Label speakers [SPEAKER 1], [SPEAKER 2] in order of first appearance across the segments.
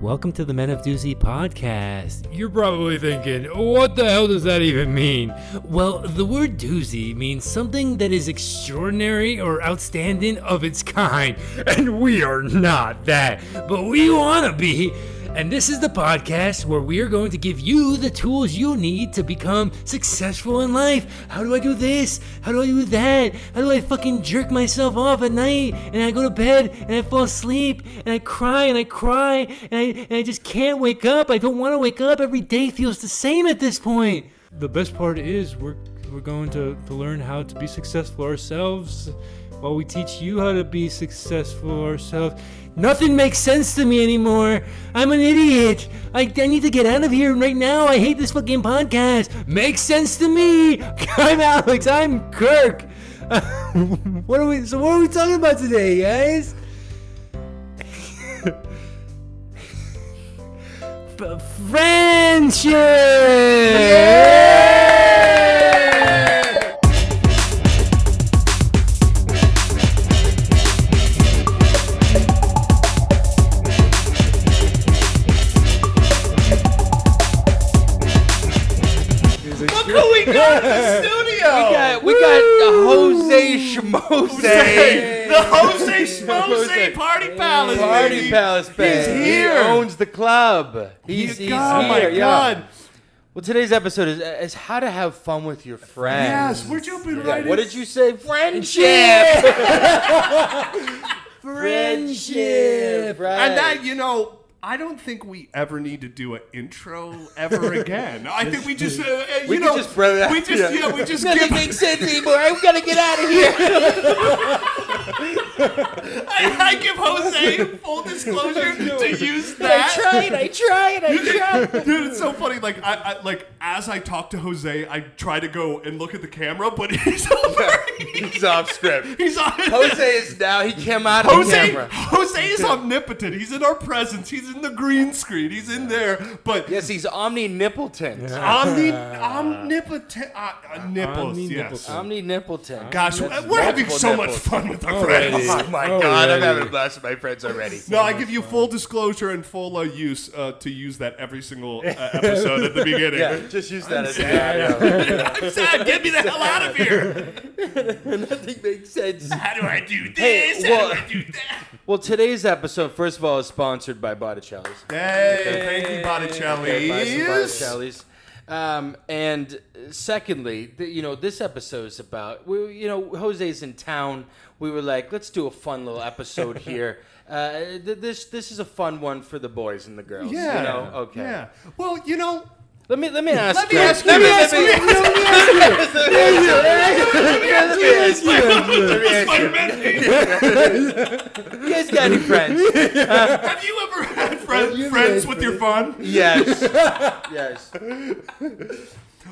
[SPEAKER 1] Welcome to the Men of Doozy podcast.
[SPEAKER 2] You're probably thinking, what the hell does that even mean?
[SPEAKER 1] Well, the word doozy means something that is extraordinary or outstanding of its kind, and we are not that, but we want to be. And this is the podcast where we are going to give you the tools you need to become successful in life. How do I do this? How do I do that? How do I fucking jerk myself off at night and I go to bed and I fall asleep and I cry and I cry and I, and I just can't wake up. I don't want to wake up. Every day feels the same at this point.
[SPEAKER 2] The best part is we're we're going to, to learn how to be successful ourselves while we teach you how to be successful ourselves.
[SPEAKER 1] Nothing makes sense to me anymore. I'm an idiot. I, I need to get out of here right now. I hate this fucking podcast. Makes sense to me. I'm Alex. I'm Kirk. what are we? So what are we talking about today, guys? F- Friendship.
[SPEAKER 3] Look who we got in the studio!
[SPEAKER 4] We got, we got the Jose Schmoze.
[SPEAKER 3] the Jose Schmozy Party Palace,
[SPEAKER 4] Party
[SPEAKER 3] baby.
[SPEAKER 4] Palace band.
[SPEAKER 3] here.
[SPEAKER 4] He owns the club. He's, he's
[SPEAKER 3] God,
[SPEAKER 4] here.
[SPEAKER 3] my
[SPEAKER 4] yeah.
[SPEAKER 3] God.
[SPEAKER 4] Well, today's episode is, is how to have fun with your friends.
[SPEAKER 3] Yes, we're jumping
[SPEAKER 4] Yeah,
[SPEAKER 3] right
[SPEAKER 4] What
[SPEAKER 3] in.
[SPEAKER 4] did you say? Friendship.
[SPEAKER 1] Friendship.
[SPEAKER 4] Right.
[SPEAKER 3] and that, you know, I don't think we ever need to do an intro ever again. I think we just, uh, uh, you
[SPEAKER 4] We could
[SPEAKER 3] know,
[SPEAKER 4] just throw that-
[SPEAKER 3] we just,
[SPEAKER 4] yeah.
[SPEAKER 3] yeah, we just
[SPEAKER 4] Nothing
[SPEAKER 3] give.
[SPEAKER 4] makes sense anymore. i got to get out of here.
[SPEAKER 3] I, I give Jose full disclosure to use
[SPEAKER 4] I
[SPEAKER 3] that.
[SPEAKER 4] tried. I tried. I tried.
[SPEAKER 3] Dude, it's so funny. Like, I, I like as I talk to Jose, I try to go and look at the camera, but he's over.
[SPEAKER 4] He's off script.
[SPEAKER 3] He's on.
[SPEAKER 4] Jose is now. He came out of the
[SPEAKER 3] Jose,
[SPEAKER 4] camera.
[SPEAKER 3] Jose is omnipotent. He's in our presence. He's in the green screen. He's in there. But
[SPEAKER 4] Yes, he's omnipotent.
[SPEAKER 3] omni, omnipotent, uh, uh, nipples. Yes.
[SPEAKER 2] Omnipotent.
[SPEAKER 4] Omni nippleton.
[SPEAKER 3] Gosh,
[SPEAKER 4] That's
[SPEAKER 3] we're having
[SPEAKER 4] multiple
[SPEAKER 3] so much
[SPEAKER 4] nipples.
[SPEAKER 3] fun with our
[SPEAKER 2] Already.
[SPEAKER 3] friends.
[SPEAKER 4] Oh my
[SPEAKER 2] Alrighty.
[SPEAKER 4] god, I'm having a blast with my friends already.
[SPEAKER 3] No, I give you full disclosure and full uh, use uh, to use that every single uh, episode at the beginning.
[SPEAKER 4] Yeah, just use that as a
[SPEAKER 3] I'm sad. Get me the hell out of here.
[SPEAKER 4] Nothing makes sense.
[SPEAKER 3] How do I do
[SPEAKER 4] Hey,
[SPEAKER 3] this?
[SPEAKER 4] well-
[SPEAKER 3] How do I do that?
[SPEAKER 4] Well, today's episode, first of all, is sponsored by Botticelli's.
[SPEAKER 3] Hey, thank you,
[SPEAKER 4] Okay, buy some
[SPEAKER 3] Botticelli.
[SPEAKER 4] Botticelli's. Um, and secondly, the, you know, this episode is about, we, you know, Jose's in town. We were like, let's do a fun little episode here. Uh, th- this this is a fun one for the boys and the girls.
[SPEAKER 3] Yeah.
[SPEAKER 4] You know? Okay.
[SPEAKER 3] Yeah. Well, you know,
[SPEAKER 4] Let me let me ask.
[SPEAKER 3] Let me
[SPEAKER 4] you-
[SPEAKER 3] ask
[SPEAKER 4] let
[SPEAKER 3] you-
[SPEAKER 4] me-
[SPEAKER 3] let me
[SPEAKER 4] let me- let me ask you- let me ask you. You guys got any friends?
[SPEAKER 3] Have you ever had friend, friends with your fun?
[SPEAKER 4] Yes.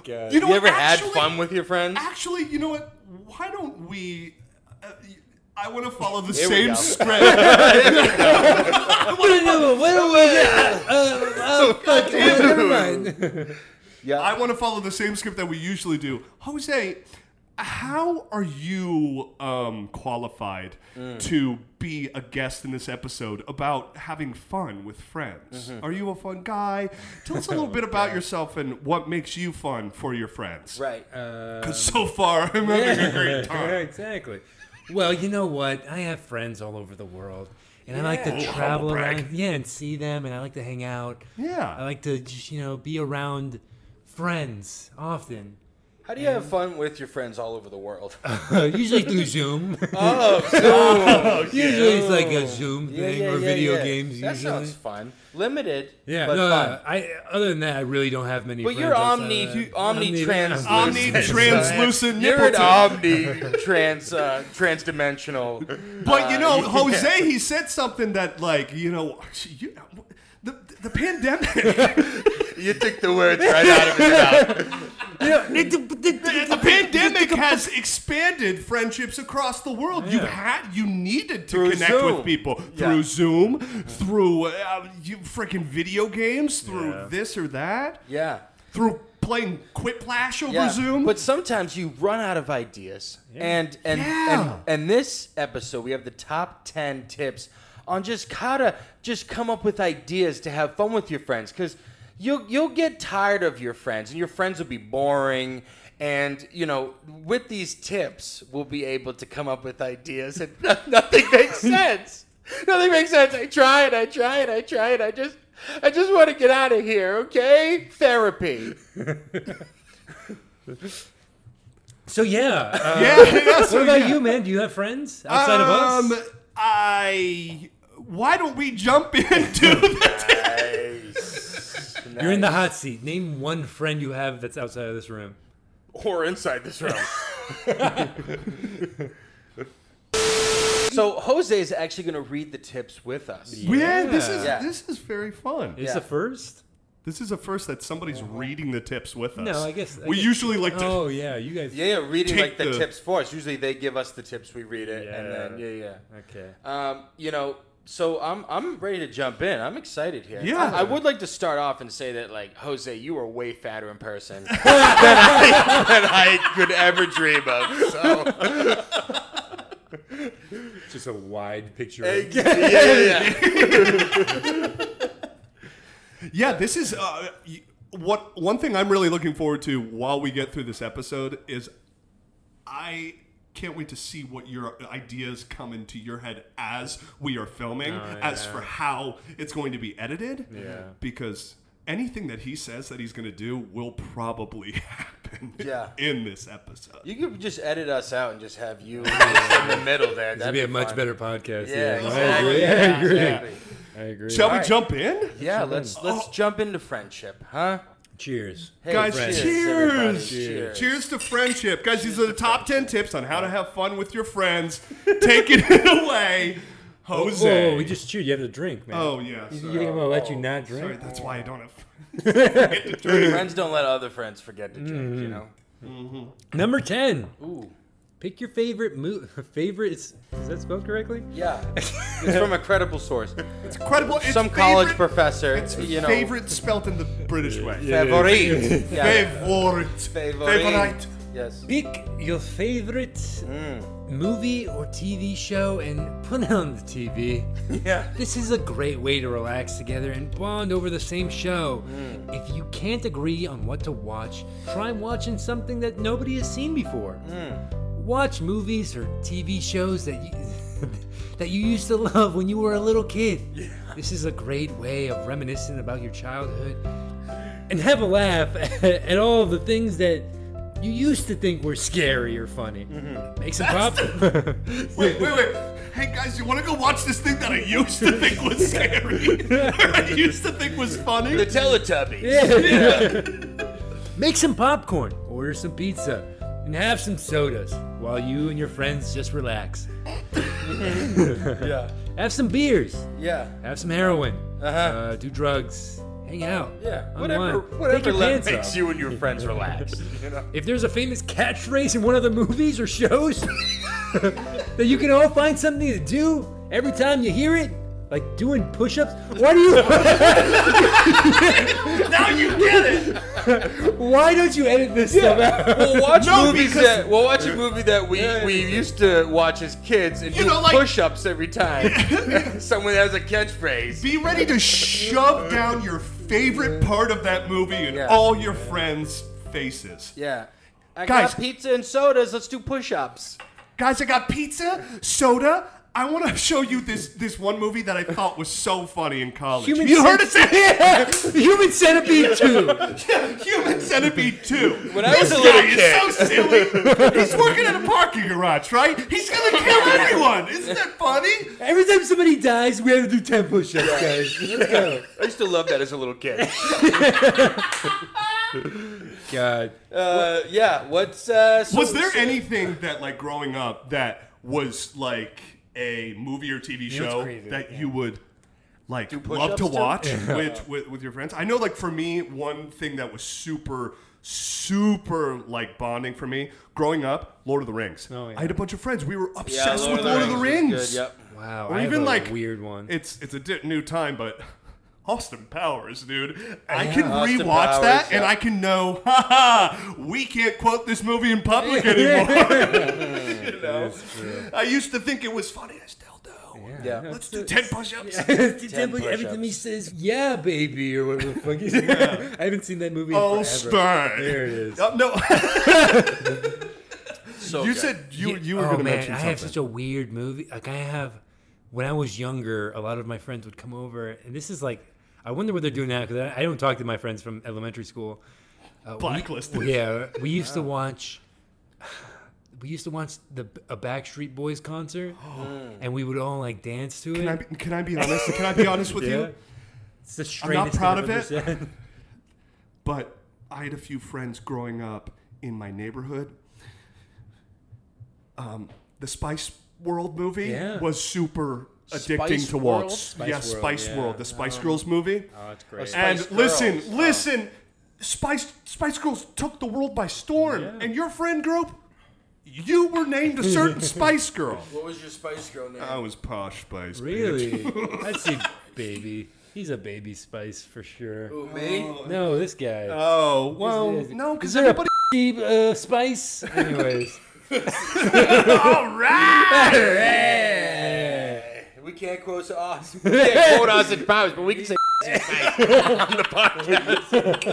[SPEAKER 4] Yes.
[SPEAKER 3] You, know,
[SPEAKER 4] You ever
[SPEAKER 3] actually-
[SPEAKER 4] had fun with your friends?
[SPEAKER 3] Actually, you know what? Why don't we? Uh, I want to follow the
[SPEAKER 4] Here we
[SPEAKER 3] same
[SPEAKER 4] go.
[SPEAKER 3] script.
[SPEAKER 1] What a new one. What a new one.
[SPEAKER 4] Oh,
[SPEAKER 1] Uh, uh, fuck. Never mind.
[SPEAKER 3] I
[SPEAKER 4] Yeah.
[SPEAKER 3] want to follow the same script that we usually do. Jose, how are you um, qualified to be a guest in this episode about having fun with friends? Are you a fun guy? Tell us a little bit about yourself and what makes you fun for your friends.
[SPEAKER 4] Right.
[SPEAKER 3] Because so far, I'm having a great time.
[SPEAKER 2] exactly.
[SPEAKER 1] Well, you know what? I have friends all over the world, and I like to
[SPEAKER 3] Yeah. Ooh,
[SPEAKER 1] travel
[SPEAKER 3] humble brag.
[SPEAKER 1] around, yeah, and see them, and I like to hang out.
[SPEAKER 3] Yeah.
[SPEAKER 1] I like to just you know be around friends often,
[SPEAKER 4] How do you have fun with your friends all over the world?
[SPEAKER 1] usually through Zoom.
[SPEAKER 4] Oh,
[SPEAKER 1] usually it's like a Zoom thing or video games.
[SPEAKER 4] That
[SPEAKER 1] usually,
[SPEAKER 4] sounds fun. Limited.
[SPEAKER 1] yeah.
[SPEAKER 4] But
[SPEAKER 1] no, no,
[SPEAKER 4] fun.
[SPEAKER 1] I other than that, I really don't have many.
[SPEAKER 4] But
[SPEAKER 1] friends
[SPEAKER 4] you're
[SPEAKER 1] outside
[SPEAKER 4] omni,
[SPEAKER 1] of
[SPEAKER 4] you,
[SPEAKER 1] that.
[SPEAKER 4] omni trans,
[SPEAKER 3] Omni translucent
[SPEAKER 4] You're an
[SPEAKER 3] nippleton.
[SPEAKER 4] omni trans, uh, trans dimensional.
[SPEAKER 3] But you know,
[SPEAKER 4] Uh,
[SPEAKER 3] Jose, he said something that like you know, you, the the pandemic,
[SPEAKER 4] You took the words right out of his mouth.
[SPEAKER 3] the pandemic has expanded friendships across the world. You had you needed to
[SPEAKER 4] Through
[SPEAKER 3] connect
[SPEAKER 4] Zoom.
[SPEAKER 3] with people
[SPEAKER 4] Yeah.
[SPEAKER 3] through Zoom, through uh, you freaking video games, through this or that,
[SPEAKER 4] Yeah.
[SPEAKER 3] through playing Quiplash over
[SPEAKER 4] Yeah.
[SPEAKER 3] Zoom.
[SPEAKER 4] But sometimes you run out of ideas. And and,
[SPEAKER 3] Yeah.
[SPEAKER 4] and and this episode we have the top 10 tips on just how to just come up with ideas to have fun with your friends because you'll you'll get tired of your friends and your friends will be boring and you know with these tips we'll be able to come up with ideas and nothing makes sense nothing makes sense i try it i try it i try it i just i just want to get out of here okay therapy
[SPEAKER 1] So yeah. Uh,
[SPEAKER 3] Yeah, yeah, so
[SPEAKER 1] What about
[SPEAKER 3] yeah.
[SPEAKER 1] you, man? Do you have friends outside of us?
[SPEAKER 3] Um, I. Why don't we jump into the
[SPEAKER 1] You're in the hot seat. Name one friend you have that's outside of this room.
[SPEAKER 4] or inside this room. so Jose is actually going to read the tips with us.
[SPEAKER 3] Yeah, this is
[SPEAKER 4] Yeah.
[SPEAKER 3] this is very fun.
[SPEAKER 1] Is
[SPEAKER 4] Yeah.
[SPEAKER 1] the first?
[SPEAKER 3] This is a first that somebody's reading the tips with us.
[SPEAKER 1] No, I guess- I
[SPEAKER 3] we
[SPEAKER 1] guess-
[SPEAKER 3] usually like to.
[SPEAKER 1] Oh yeah, you guys.
[SPEAKER 4] Yeah, yeah, reading
[SPEAKER 3] Take
[SPEAKER 4] like the,
[SPEAKER 3] the-
[SPEAKER 4] tips for us. Usually they give us the tips, we read it, and then
[SPEAKER 1] Yeah.
[SPEAKER 4] yeah,
[SPEAKER 1] Okay.
[SPEAKER 4] yeah. Um, you know, so I'm I'm ready to jump in. I'm excited here.
[SPEAKER 3] Yeah.
[SPEAKER 4] I, I would like to start off and say that like Jose, you are way fatter in person than, I, than I could ever dream of. So
[SPEAKER 1] Just a wide picture.
[SPEAKER 4] yeah, yeah, yeah.
[SPEAKER 3] Yeah, this is uh, y- what one thing I'm really looking forward to while we get through this episode is I can't wait to see what your ideas come into your head as we are filming, as for how it's going to be edited.
[SPEAKER 1] Yeah.
[SPEAKER 3] because anything that he says that he's going to do will probably happen.
[SPEAKER 4] Yeah.
[SPEAKER 3] in this episode.
[SPEAKER 4] You could just edit us out and just have you in the middle there. That'd
[SPEAKER 1] It'd be a much
[SPEAKER 4] fun.
[SPEAKER 1] better podcast.
[SPEAKER 4] Yeah,
[SPEAKER 1] I agree.
[SPEAKER 4] exactly.
[SPEAKER 1] I agree.
[SPEAKER 4] Exactly.
[SPEAKER 1] I agree.
[SPEAKER 3] Shall we
[SPEAKER 4] Alright.
[SPEAKER 3] jump in?
[SPEAKER 4] Yeah, let's let's jump into friendship, huh?
[SPEAKER 1] Cheers.
[SPEAKER 4] Hey,
[SPEAKER 3] Guys,
[SPEAKER 4] friends,
[SPEAKER 3] cheers.
[SPEAKER 4] everybody,
[SPEAKER 3] Cheers. to friendship. Guys, these are the top 10 tips on how to have fun with your friends. Take it away, Jose.
[SPEAKER 1] Whoa, we just cheered. You have to drink, man.
[SPEAKER 3] Oh, yeah.
[SPEAKER 1] You
[SPEAKER 3] Sorry.
[SPEAKER 1] think I'm gonna let you not drink?
[SPEAKER 3] oh, Sorry, that's why I don't have.
[SPEAKER 4] Friends don't let other friends forget to drink,
[SPEAKER 3] Mm-hmm.
[SPEAKER 4] you know.
[SPEAKER 1] Number ten.
[SPEAKER 4] Ooh,
[SPEAKER 1] Pick your favorite mo- favorite. Is, is that spelled correctly?
[SPEAKER 4] yeah. it's from a credible source,
[SPEAKER 3] It's incredible. It's
[SPEAKER 4] some college
[SPEAKER 3] favorite-
[SPEAKER 4] professor.
[SPEAKER 3] It's
[SPEAKER 4] you know,
[SPEAKER 3] favorite spelt in the British way.
[SPEAKER 4] favorite. Yeah.
[SPEAKER 3] Favorite. Favorite.
[SPEAKER 4] Yes.
[SPEAKER 1] Pick your favorite movie or TV show and put it on the TV.
[SPEAKER 4] Yeah.
[SPEAKER 1] This is a great way to relax together and bond over the same show. If you can't agree on what to watch, try watching something that nobody has seen before. Watch movies or TV shows that you that you used to love when you were a little kid. This is a great way of reminiscing about your childhood and have a laugh at all the things that you used to think were scary or funny. Make some pop.
[SPEAKER 3] Wait, wait, wait. Hey guys, you want to go watch this thing that I used to think was scary? I used to think was funny.
[SPEAKER 4] The Teletubbies.
[SPEAKER 1] Make some popcorn, order some pizza, and have some sodas while you and your friends just relax.
[SPEAKER 4] Yeah.
[SPEAKER 1] Have some beers,
[SPEAKER 4] Yeah.
[SPEAKER 1] have some heroin, uh
[SPEAKER 4] Uh-huh.
[SPEAKER 1] do drugs, hang out.
[SPEAKER 4] Yeah.
[SPEAKER 1] unwind.
[SPEAKER 4] Whatever.
[SPEAKER 1] Take
[SPEAKER 4] Whatever
[SPEAKER 1] your
[SPEAKER 4] let
[SPEAKER 1] pants
[SPEAKER 4] makes
[SPEAKER 1] off.
[SPEAKER 4] you and your friends relax. You know.
[SPEAKER 1] If there's a famous catchphrase in one of the movies or shows that you can all find something to do every time you hear it, like doing push-ups, why do you?
[SPEAKER 3] now you get it.
[SPEAKER 1] why don't you edit this stuff out?
[SPEAKER 4] We'll watch
[SPEAKER 3] No,
[SPEAKER 4] movies
[SPEAKER 3] because-
[SPEAKER 4] that we'll watch a movie that we, we used to watch as kids and
[SPEAKER 3] You
[SPEAKER 4] do
[SPEAKER 3] know, like-
[SPEAKER 4] push-ups every time someone has a catchphrase.
[SPEAKER 3] Be ready to shove down your favorite part of that movie in
[SPEAKER 4] Yeah.
[SPEAKER 3] all your friends' faces.
[SPEAKER 4] Yeah. I
[SPEAKER 3] Guys-
[SPEAKER 4] got pizza and sodas. Let's do push-ups.
[SPEAKER 3] Guys, I got pizza, soda. I want to show you this this one movie that I thought was so funny in college.
[SPEAKER 1] Human
[SPEAKER 3] you heard it
[SPEAKER 1] cent- Human Centipede 2.
[SPEAKER 3] say Human Centipede 2.
[SPEAKER 4] When I was
[SPEAKER 3] This
[SPEAKER 4] a little
[SPEAKER 3] guy is so silly. He's working at a parking garage, right? He's going to kill everyone. Isn't that funny?
[SPEAKER 1] Every time somebody dies, we have to do 10 push ups, guys. Let's go.
[SPEAKER 4] I used to love that as a little kid.
[SPEAKER 1] God.
[SPEAKER 4] Uh, yeah. What's uh? so-
[SPEAKER 3] Was there anything that, like, growing up that was like a movie or TV
[SPEAKER 1] know what's
[SPEAKER 3] show
[SPEAKER 1] crazy?
[SPEAKER 3] that you would like love
[SPEAKER 4] push-ups
[SPEAKER 3] to
[SPEAKER 4] too?
[SPEAKER 3] watch with, with with your friends? I know, like, for me, one thing that was super super like bonding for me growing up Lord of the Rings.
[SPEAKER 1] Oh, yeah.
[SPEAKER 3] I had a bunch of friends. We were
[SPEAKER 4] Yeah,
[SPEAKER 3] obsessed with Lord of the
[SPEAKER 4] was
[SPEAKER 3] Rings.
[SPEAKER 4] Good, yep.
[SPEAKER 1] Wow.
[SPEAKER 3] Or
[SPEAKER 1] I have
[SPEAKER 3] even
[SPEAKER 1] a
[SPEAKER 3] like
[SPEAKER 1] weird one.
[SPEAKER 3] It's it's a di- new time, but Austin Powers, dude. I
[SPEAKER 1] Yeah.
[SPEAKER 3] can
[SPEAKER 4] Austin
[SPEAKER 3] rewatch
[SPEAKER 4] Powers,
[SPEAKER 3] that, and
[SPEAKER 4] yeah.
[SPEAKER 3] I can know, ha ha, we can't quote this movie in public anymore. you know, I used to think it was funny. I still do.
[SPEAKER 1] go.
[SPEAKER 4] Yeah.
[SPEAKER 3] Let's do 10 push ups.
[SPEAKER 1] Temple, every time he
[SPEAKER 4] push-ups.
[SPEAKER 1] says, "Yeah, baby," or whatever the fuck he said. I haven't seen that movie. in
[SPEAKER 3] Oh,
[SPEAKER 1] forever.
[SPEAKER 3] Stern.
[SPEAKER 1] There it is.
[SPEAKER 3] Oh, no,
[SPEAKER 4] So
[SPEAKER 3] you
[SPEAKER 4] good.
[SPEAKER 3] said you, you were
[SPEAKER 1] oh,
[SPEAKER 3] going to
[SPEAKER 1] man,
[SPEAKER 3] mention
[SPEAKER 1] I
[SPEAKER 3] something.
[SPEAKER 1] have such a weird movie. Like I have, when I was younger, a lot of my friends would come over, and this is like, I wonder what they're doing now because I, I don't talk to my friends from elementary school. Uh, we-
[SPEAKER 3] Blacklisted.
[SPEAKER 1] yeah, we used to watch. We used to watch the a Backstreet Boys concert, and we would all like dance to it.
[SPEAKER 3] Can I, be, can I be honest? Can I be honest with
[SPEAKER 1] yeah,
[SPEAKER 3] you?
[SPEAKER 1] it's the
[SPEAKER 3] I'm not
[SPEAKER 1] straightest.
[SPEAKER 3] proud
[SPEAKER 1] thing I've
[SPEAKER 3] of
[SPEAKER 1] ever
[SPEAKER 3] it,
[SPEAKER 1] said.
[SPEAKER 3] but I had a few friends growing up in my neighborhood. Um, the Spice World movie
[SPEAKER 1] Yeah.
[SPEAKER 3] was super addicting
[SPEAKER 4] Spice
[SPEAKER 3] to
[SPEAKER 4] World?
[SPEAKER 3] watch.
[SPEAKER 4] Spice
[SPEAKER 3] yeah,
[SPEAKER 1] World,
[SPEAKER 3] Spice
[SPEAKER 1] yeah.
[SPEAKER 3] World, the Spice Girls movie.
[SPEAKER 1] Oh, that's great.
[SPEAKER 4] Spice
[SPEAKER 3] and
[SPEAKER 4] Girls.
[SPEAKER 3] listen,
[SPEAKER 4] Oh.
[SPEAKER 3] listen, Spice Spice Girls took the world by storm, and your friend group, you were named a certain Spice Girl.
[SPEAKER 4] What was your Spice Girl name?
[SPEAKER 3] I was posh Spice. bitch.
[SPEAKER 1] Really, I'd say baby. He's a baby spice for sure.
[SPEAKER 4] Who, me?
[SPEAKER 1] No, this guy.
[SPEAKER 3] Oh well,
[SPEAKER 1] Is- is-
[SPEAKER 3] no, because
[SPEAKER 1] is there a
[SPEAKER 3] everybody.
[SPEAKER 1] p- uh, spice? Anyways,
[SPEAKER 3] All right.
[SPEAKER 4] We can't quote us. We can't quote us in powers, but we can say on the podcast.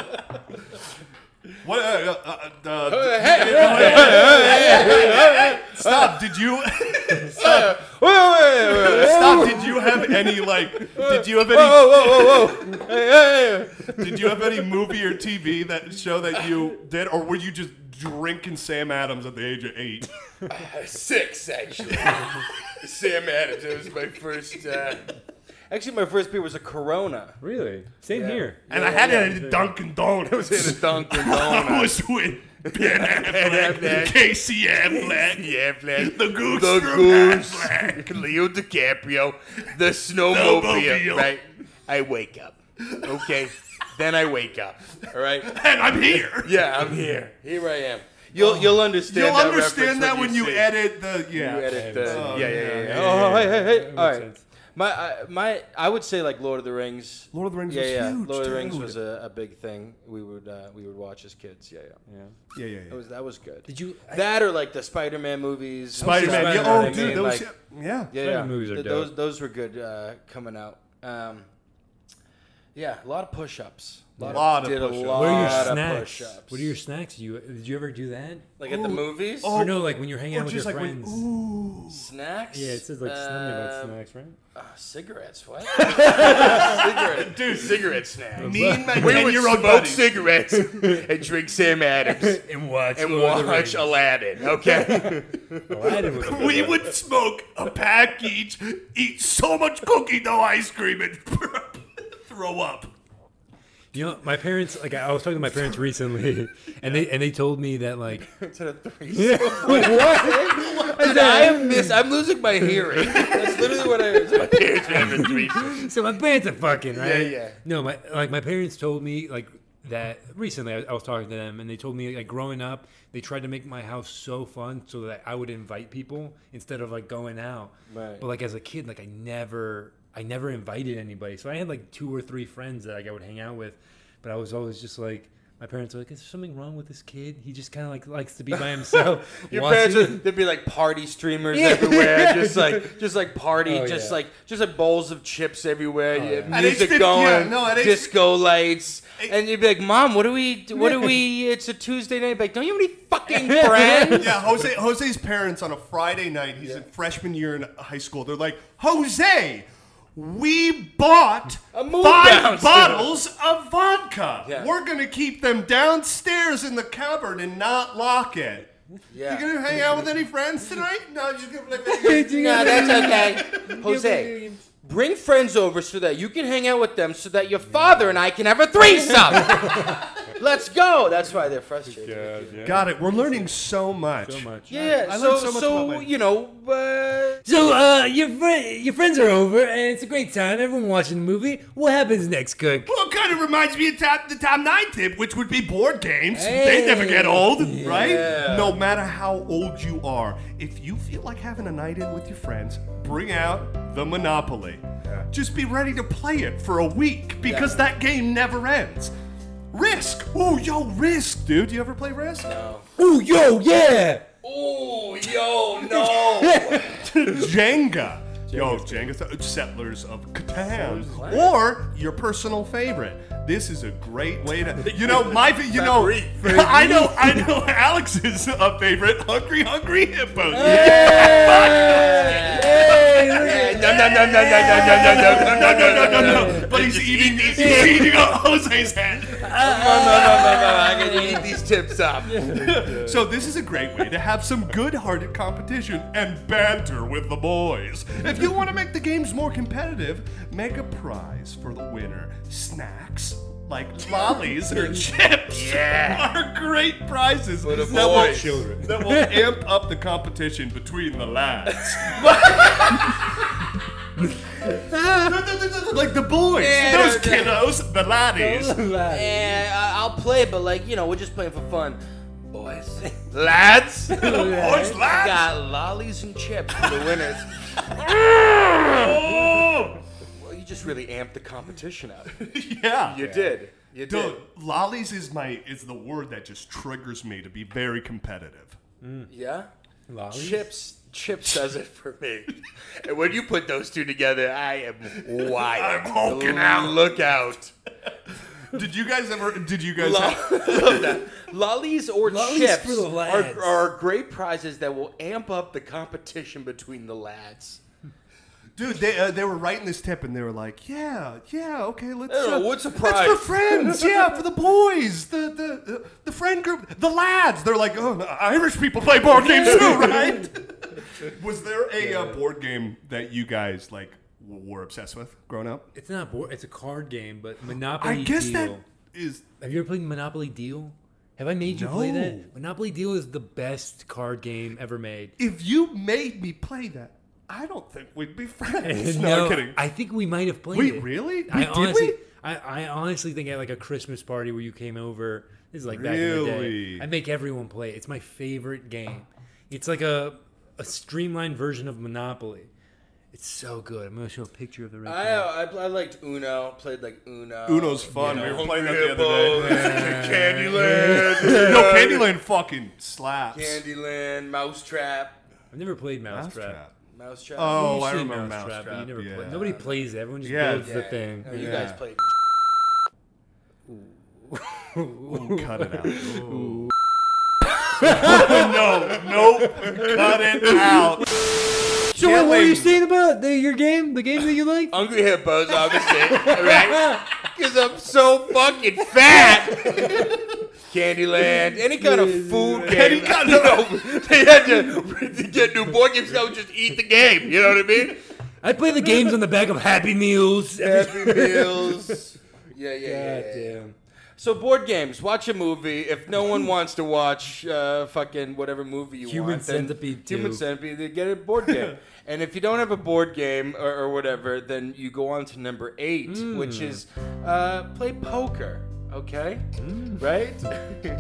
[SPEAKER 3] What? Uh, uh, uh, uh,
[SPEAKER 4] Hey, hey,
[SPEAKER 3] Stop! Did you
[SPEAKER 4] Wait, wait, wait, wait.
[SPEAKER 3] stop? Did you have any like? Did you have any?
[SPEAKER 4] Whoa, whoa, whoa, whoa. Hey, hey, hey.
[SPEAKER 3] Did you have any movie or TV that show that you did, or were you just drinking Sam Adams at the age of eight?
[SPEAKER 4] Six, actually. Sam Adams. That was my first. Uh... Actually, my first beer was a Corona.
[SPEAKER 1] really, same here.
[SPEAKER 3] And I had it at Dunkin' Donuts.
[SPEAKER 4] Dunkin'
[SPEAKER 3] I
[SPEAKER 4] Donuts.
[SPEAKER 3] was with Ben Affleck, Casey Affleck,
[SPEAKER 4] Yeah, Flash.
[SPEAKER 3] the Goose,
[SPEAKER 4] the
[SPEAKER 3] from Affleck.
[SPEAKER 4] goose, Leo DiCaprio, the snowmobile.
[SPEAKER 3] Snowmobile.
[SPEAKER 4] Right, I wake up. Okay, then I wake up. All right.
[SPEAKER 3] and I'm here.
[SPEAKER 4] Yeah, I'm here. Here I am. You'll you'll understand.
[SPEAKER 3] You'll
[SPEAKER 4] that reference
[SPEAKER 3] understand that when you,
[SPEAKER 4] see-
[SPEAKER 3] edit the
[SPEAKER 4] you
[SPEAKER 3] yeah.
[SPEAKER 4] edit the-
[SPEAKER 3] Oh,
[SPEAKER 4] yeah, yeah,
[SPEAKER 3] yeah,
[SPEAKER 4] yeah,
[SPEAKER 3] yeah,
[SPEAKER 4] yeah. Oh, hey, hey, hey.
[SPEAKER 1] That
[SPEAKER 4] All
[SPEAKER 1] makes
[SPEAKER 4] right.
[SPEAKER 1] sense.
[SPEAKER 4] My I, my I would say like Lord of the Rings.
[SPEAKER 3] Lord of the Rings
[SPEAKER 4] yeah,
[SPEAKER 3] was
[SPEAKER 4] yeah.
[SPEAKER 3] huge,
[SPEAKER 4] Lord of the Rings
[SPEAKER 3] dude.
[SPEAKER 4] was a, a big thing. We would uh, we would watch as kids. Yeah, yeah.
[SPEAKER 2] Yeah.
[SPEAKER 3] yeah, yeah,
[SPEAKER 4] That was that was good.
[SPEAKER 1] Did you? I,
[SPEAKER 4] that or like the Spider-Man movies?
[SPEAKER 3] Spider-Man.
[SPEAKER 1] Spider-Man,
[SPEAKER 3] yeah, oh,
[SPEAKER 1] I
[SPEAKER 3] dude,
[SPEAKER 1] mean,
[SPEAKER 3] those.
[SPEAKER 4] like-
[SPEAKER 3] yeah.
[SPEAKER 4] yeah,
[SPEAKER 1] Spider
[SPEAKER 4] yeah.
[SPEAKER 1] movies are
[SPEAKER 4] Th-
[SPEAKER 1] dope.
[SPEAKER 4] Those those were good uh, coming out. Um, yeah, a lot of push-ups. A lot,
[SPEAKER 3] Lot of
[SPEAKER 4] did
[SPEAKER 3] push-ups.
[SPEAKER 4] a
[SPEAKER 3] Where
[SPEAKER 4] lot
[SPEAKER 1] what are your
[SPEAKER 3] Ah,
[SPEAKER 4] of
[SPEAKER 1] snacks?
[SPEAKER 4] push-ups.
[SPEAKER 1] What are your snacks? You did you ever do that?
[SPEAKER 4] like at the movies?
[SPEAKER 3] Oh,
[SPEAKER 1] Or no, like when you're hanging
[SPEAKER 3] Or
[SPEAKER 1] out with your
[SPEAKER 3] just like, when-
[SPEAKER 1] friends.
[SPEAKER 3] ooh.
[SPEAKER 4] Snacks?
[SPEAKER 1] yeah, it says like something about
[SPEAKER 4] Um,
[SPEAKER 1] snacks, right?
[SPEAKER 4] Uh, cigarettes, what? cigarette, dude, cigarette snacks.
[SPEAKER 3] Me and my
[SPEAKER 4] We would
[SPEAKER 3] ten-year-old
[SPEAKER 4] smoke
[SPEAKER 3] buddies.
[SPEAKER 4] cigarettes and drink Sam Adams
[SPEAKER 1] And watch.
[SPEAKER 4] and watch Aladdin. Okay,
[SPEAKER 1] Oh,
[SPEAKER 3] We would smoke a pack each, eat so much cookie dough ice cream, and throw up.
[SPEAKER 1] You know, my parents. Like I was talking to my parents recently, and they and they told me that like.
[SPEAKER 4] to the three.
[SPEAKER 1] what?
[SPEAKER 4] Dude, I am miss. I'm losing my hearing. That's literally what I. My parents having three.
[SPEAKER 1] So my parents are fucking, right?
[SPEAKER 4] Yeah, yeah.
[SPEAKER 1] No, my like my parents told me like that recently. I, I was talking to them, and they told me like growing up, they tried to make my house so fun so that I would invite people instead of like going out.
[SPEAKER 4] Right.
[SPEAKER 1] But like as a kid, like I never, I never invited anybody. So I had like two or three friends that like I would hang out with, but I was always just like. My parents were like, "Is there something wrong with this kid? He just kind of like likes to be by himself."
[SPEAKER 4] Your
[SPEAKER 1] watching-
[SPEAKER 4] parents, would, there'd be like party streamers
[SPEAKER 1] Yeah.
[SPEAKER 4] everywhere, just like just like party,
[SPEAKER 1] Oh,
[SPEAKER 4] just
[SPEAKER 1] yeah. Oh,
[SPEAKER 4] like just like bowls of chips everywhere, yeah,
[SPEAKER 1] yeah.
[SPEAKER 3] At age
[SPEAKER 4] music
[SPEAKER 3] 50,
[SPEAKER 4] going,
[SPEAKER 3] yeah, no, at age-
[SPEAKER 4] disco lights,
[SPEAKER 3] Eight-
[SPEAKER 4] and you'd be like, "Mom, what do we? What do we? It's a Tuesday night. Like, don't you have any fucking friends?"
[SPEAKER 3] Yeah, Jose. Jose's parents on a Friday night. He's in freshman year in high school. They're like, Jose, we bought
[SPEAKER 4] A
[SPEAKER 3] five
[SPEAKER 4] moon bouncer."
[SPEAKER 3] bottles of vodka.
[SPEAKER 4] Yeah.
[SPEAKER 3] We're gonna keep them downstairs in the cupboard and not lock it.
[SPEAKER 4] Yeah.
[SPEAKER 3] You gonna hang out with any friends tonight? No, just gonna play
[SPEAKER 1] Do
[SPEAKER 3] video
[SPEAKER 1] you
[SPEAKER 3] games.
[SPEAKER 4] No,
[SPEAKER 1] know-
[SPEAKER 4] that's okay. Jose, bring friends over so that you can hang out with them so that your father and I can have a threesome. Let's go. That's why they're frustrated.
[SPEAKER 2] Yeah. yeah.
[SPEAKER 3] Got it. We're learning so much.
[SPEAKER 2] So much.
[SPEAKER 4] Yeah,
[SPEAKER 3] I learned
[SPEAKER 4] so,
[SPEAKER 3] so
[SPEAKER 4] so,
[SPEAKER 3] much about my-
[SPEAKER 4] you know, uh,
[SPEAKER 1] So uh, your fri your friends are over, and it's a great time. Everyone watching the movie. What happens next, Cook?
[SPEAKER 3] Well, it kind of reminds me of top, the top nine tip, which would be board games. They never get old, right? No matter how old you are, if you feel like having a night in with your friends, bring out the Monopoly. Just be ready to play it for a week because that game never ends. Risk. Ooh, yo, Risk, dude. You ever play Risk?
[SPEAKER 1] Ooh, yo, yeah.
[SPEAKER 4] oh, yo, no.
[SPEAKER 3] Jenga. Yo, Genghis, uh, Settlers of Catan, or your personal favorite. This is a great way to, you know, my, fa- you know, I know, I know, Alex's uh, favorite, Hungry Hungry Hippos. No, no, no, but he's eating, he's eating Jose's head.
[SPEAKER 4] I can eat these tips up.
[SPEAKER 3] So this is a great way to have some good-hearted competition and banter with the boys. If you want to make the games more competitive, make a prize for the winner. Snacks like lollies or chips are great prizes
[SPEAKER 4] the
[SPEAKER 3] that will,
[SPEAKER 4] boys. Children.
[SPEAKER 3] that will amp up the competition between the lads. like the boys,
[SPEAKER 4] Yeah,
[SPEAKER 3] those
[SPEAKER 4] yeah, yeah.
[SPEAKER 3] kiddos, the laddies.
[SPEAKER 4] And I- I'll play, but like you know, we're just playing for fun. Boys, lads,
[SPEAKER 3] Boys, lads.
[SPEAKER 4] got lollies and chips for the winners.
[SPEAKER 3] Oh!
[SPEAKER 4] Well, you just really amped the competition up.
[SPEAKER 3] Yeah.
[SPEAKER 4] You did. You did.
[SPEAKER 3] Dude, lollies is my is the word that just triggers me to be very competitive.
[SPEAKER 4] Yeah. Chips. Chips does it for me. and when you put those two together, I am wild.
[SPEAKER 3] I'm hulking out.
[SPEAKER 4] Look out.
[SPEAKER 3] Did you guys ever? Did you guys?
[SPEAKER 4] Lo-
[SPEAKER 3] have-
[SPEAKER 4] love that. Lollies or
[SPEAKER 1] Lollies
[SPEAKER 4] chips
[SPEAKER 1] for the lads.
[SPEAKER 4] are, are great prizes that will amp up the competition between the lads.
[SPEAKER 3] dude, they uh, they were writing this tip and they were like, yeah, yeah, okay, let's.
[SPEAKER 4] I don't
[SPEAKER 3] uh,
[SPEAKER 4] know, what's a
[SPEAKER 3] That's for
[SPEAKER 4] prize?"
[SPEAKER 3] friends, yeah, for the boys, the the uh, the friend group, the lads. They're like, oh, Irish people play board games too, right? Was there a uh, board game that you guys like were obsessed with growing up?
[SPEAKER 1] It's not board. It's a card game, but
[SPEAKER 3] I
[SPEAKER 1] Monopoly
[SPEAKER 3] guess
[SPEAKER 1] Deal.
[SPEAKER 3] that is
[SPEAKER 1] Have you ever played Monopoly Deal? Have I made you play
[SPEAKER 3] No.
[SPEAKER 1] that? Monopoly Deal is the best card game ever made.
[SPEAKER 3] if you made me play that, I don't think we'd be friends.
[SPEAKER 1] And
[SPEAKER 3] no, I'm kidding.
[SPEAKER 1] I think we might have played
[SPEAKER 3] Wait,
[SPEAKER 1] it.
[SPEAKER 3] really? We-
[SPEAKER 1] I
[SPEAKER 3] did
[SPEAKER 1] honestly,
[SPEAKER 3] we?
[SPEAKER 1] I, I honestly think at like a Christmas party where you came over. This is like back in the
[SPEAKER 3] Really?
[SPEAKER 1] day. I make everyone play. it. It's my favorite game. It's like a a streamlined version of Monopoly. It's so good. I'm gonna show a picture of the right.
[SPEAKER 4] I, uh, I, I liked Uno. Played like Uno.
[SPEAKER 3] Uno's
[SPEAKER 1] Uh,
[SPEAKER 3] fun.
[SPEAKER 4] You know,
[SPEAKER 3] we were playing that the
[SPEAKER 4] Hungry
[SPEAKER 3] other day. Candyland. no, Candyland fucking slaps.
[SPEAKER 4] Candyland, Mousetrap,
[SPEAKER 1] I've never played Mousetrap.
[SPEAKER 3] Mousetrap.
[SPEAKER 4] Mousetrap.
[SPEAKER 3] Oh,
[SPEAKER 1] You've
[SPEAKER 3] I
[SPEAKER 1] seen
[SPEAKER 3] remember
[SPEAKER 1] Mousetrap,
[SPEAKER 3] Mousetrap.
[SPEAKER 1] but you never
[SPEAKER 3] yeah.
[SPEAKER 1] play- Nobody plays it. Everyone just
[SPEAKER 3] Yeah.
[SPEAKER 1] builds the
[SPEAKER 4] Yeah.
[SPEAKER 1] thing.
[SPEAKER 4] Oh, you
[SPEAKER 3] Yeah.
[SPEAKER 4] guys played.
[SPEAKER 3] Ooh, cut it out. Ooh. no, nope. Cut it out.
[SPEAKER 1] So
[SPEAKER 3] Can't
[SPEAKER 1] wait, what are
[SPEAKER 3] wait.
[SPEAKER 1] you saying about the, your game? The game that you like?
[SPEAKER 4] Hungry Hippos, obviously, right? Because I'm so fucking fat. Candyland, any kind of food game.
[SPEAKER 3] Any kind of-
[SPEAKER 4] you know, they had to, to get new board games. I would just eat the game. You know what I mean?
[SPEAKER 1] I play the games on the back of Happy Meals.
[SPEAKER 4] Happy meals. Yeah, yeah, yeah, yeah, yeah.
[SPEAKER 1] Goddamn.
[SPEAKER 4] So board games. Watch a movie. If no one wants to watch uh, fucking whatever movie you
[SPEAKER 1] Human
[SPEAKER 4] want, then
[SPEAKER 1] Centipede
[SPEAKER 4] Human
[SPEAKER 1] 2.
[SPEAKER 4] Centipede. Then get a board game. and if you don't have a board game or, or whatever, then you go on to number eight,
[SPEAKER 1] Hmm.
[SPEAKER 4] which is uh, play poker. Okay, right? you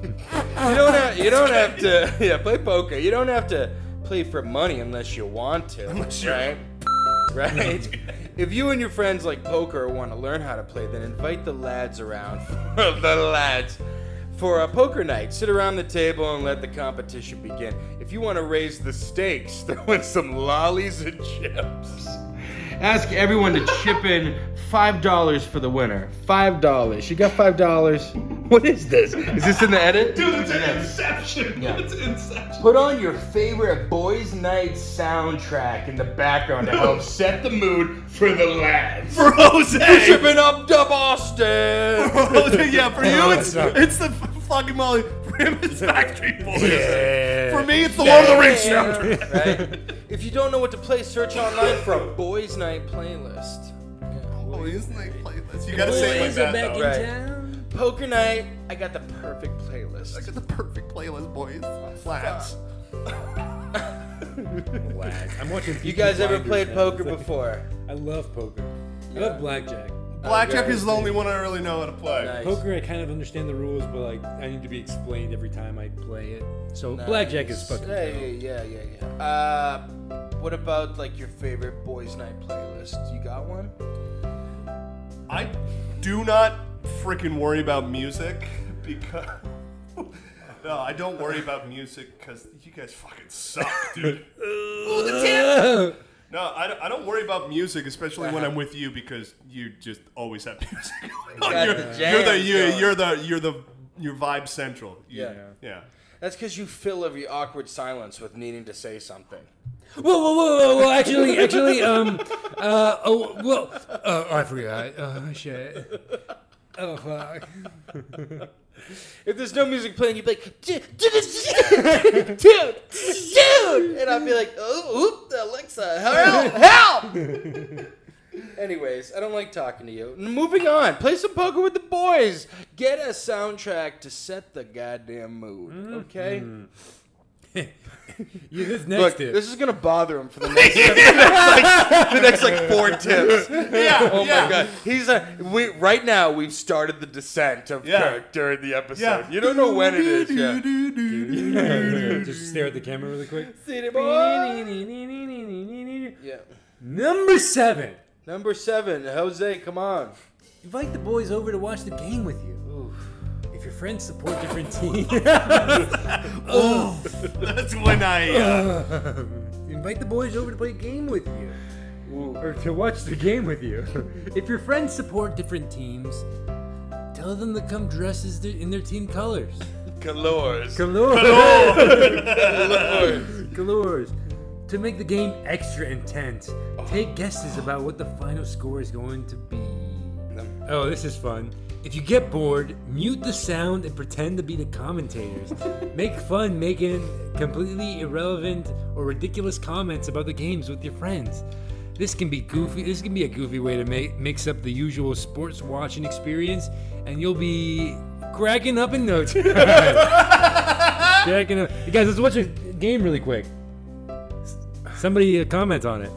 [SPEAKER 4] don't have you don't have to yeah play poker. You don't have to play for money unless you want to,
[SPEAKER 3] you're-
[SPEAKER 4] right? right? if you and your friends like poker or want to learn how to play, then invite the lads around. the lads. For a poker night, sit around the table and let the competition begin. If you want to raise the stakes, throw in some lollies and chips. Ask everyone to chip in $5 for the winner. $5. You got $5. What is this? Is this in the edit?
[SPEAKER 3] Dude, it's an inception. It's inception.
[SPEAKER 4] Put on your favorite Boys Night soundtrack in the background to help set the mood for the lads.
[SPEAKER 3] For Jose.
[SPEAKER 4] Shipping up to Boston!
[SPEAKER 3] Jose, yeah, for you, it's,
[SPEAKER 1] up?
[SPEAKER 3] it's the fucking Molly. For him, it's Backstreet Boys.
[SPEAKER 1] Yeah.
[SPEAKER 3] For me, it's the Lord of the Rings soundtrack.
[SPEAKER 4] Right? If you don't know what to play, search online for a Boys Night playlist.
[SPEAKER 3] Boys Night playlist. You gotta say it like that, though.
[SPEAKER 4] in Right. Poker night, I got the perfect
[SPEAKER 3] I
[SPEAKER 4] playlist.
[SPEAKER 3] got the perfect playlist, boys. Flats.
[SPEAKER 1] I'm watching.
[SPEAKER 4] You guys ever played poker before?
[SPEAKER 1] I love poker. I love blackjack.
[SPEAKER 3] Blackjack
[SPEAKER 4] Okay.
[SPEAKER 3] is the only one I really know how to play.
[SPEAKER 4] Nice.
[SPEAKER 1] Poker, I kind of understand the rules, but like I need to be explained every time I play it. So blackjack is fucking.
[SPEAKER 4] Yeah, yeah, yeah, yeah, yeah. Uh, what about like your favorite boys' night playlist? You got one?
[SPEAKER 3] I do not freaking worry about music because. No, I don't worry about music because you guys fucking suck, dude. Ooh, the tip! No, I don't, I don't worry about music, especially when I'm with you, because you just always have music. going on.
[SPEAKER 4] got
[SPEAKER 3] you're, you're
[SPEAKER 4] the
[SPEAKER 3] the
[SPEAKER 4] jams
[SPEAKER 3] you're,
[SPEAKER 4] going.
[SPEAKER 3] you're the you're the you're vibe central. You-
[SPEAKER 4] Yeah.
[SPEAKER 3] yeah.
[SPEAKER 4] That's because you fill every awkward silence with needing to say something.
[SPEAKER 1] Whoa, whoa, whoa, whoa, whoa! Actually, actually, um, uh, oh, well, uh, I forgot. Oh shit. Oh fuck.
[SPEAKER 4] If there's no music playing, you'd be like, dude, dude, dude, dude, and I'd be like, oh, oop, Alexa, help, help. Anyways, I don't like talking to you. Moving on, play some poker with the boys. Get a soundtrack to set the goddamn mood,
[SPEAKER 1] Mm-hmm.
[SPEAKER 4] okay?
[SPEAKER 1] You this next
[SPEAKER 4] Look,
[SPEAKER 1] tip.
[SPEAKER 4] this is gonna bother him for the next, the next, like, the next like four tips.
[SPEAKER 3] Yeah.
[SPEAKER 4] Oh
[SPEAKER 3] yeah.
[SPEAKER 4] my god, he's a we right now. We've started the descent of
[SPEAKER 3] Yeah.
[SPEAKER 4] character in the episode.
[SPEAKER 3] Yeah.
[SPEAKER 4] You don't know when it is. yet.
[SPEAKER 1] Just stare at the camera really quick.
[SPEAKER 4] City boy. Yeah.
[SPEAKER 1] Number seven.
[SPEAKER 4] Number seven, Jose, come on.
[SPEAKER 1] Invite the boys over to watch the game with you. If your friends support different teams,
[SPEAKER 3] That's when I. Uh,
[SPEAKER 1] invite the boys over to play a game with you.
[SPEAKER 4] Oh,
[SPEAKER 1] Or to watch the game with you. if your friends support different teams, tell them to come dressed as their, in their team colors.
[SPEAKER 4] Galores.
[SPEAKER 1] Galore!
[SPEAKER 4] Galores.
[SPEAKER 1] Galores! To make the game extra intense, take guesses about what the final score is going to be. Oh, this is fun. If you get bored, mute the sound and pretend to be the commentators. make fun making completely irrelevant or ridiculous comments about the games with your friends. This can be goofy. This can be a goofy way to make, mix up the usual sports watching experience, and you'll be cracking up in notes. Cracking up. You guys, let's watch a game really quick. Somebody uh, comment on it.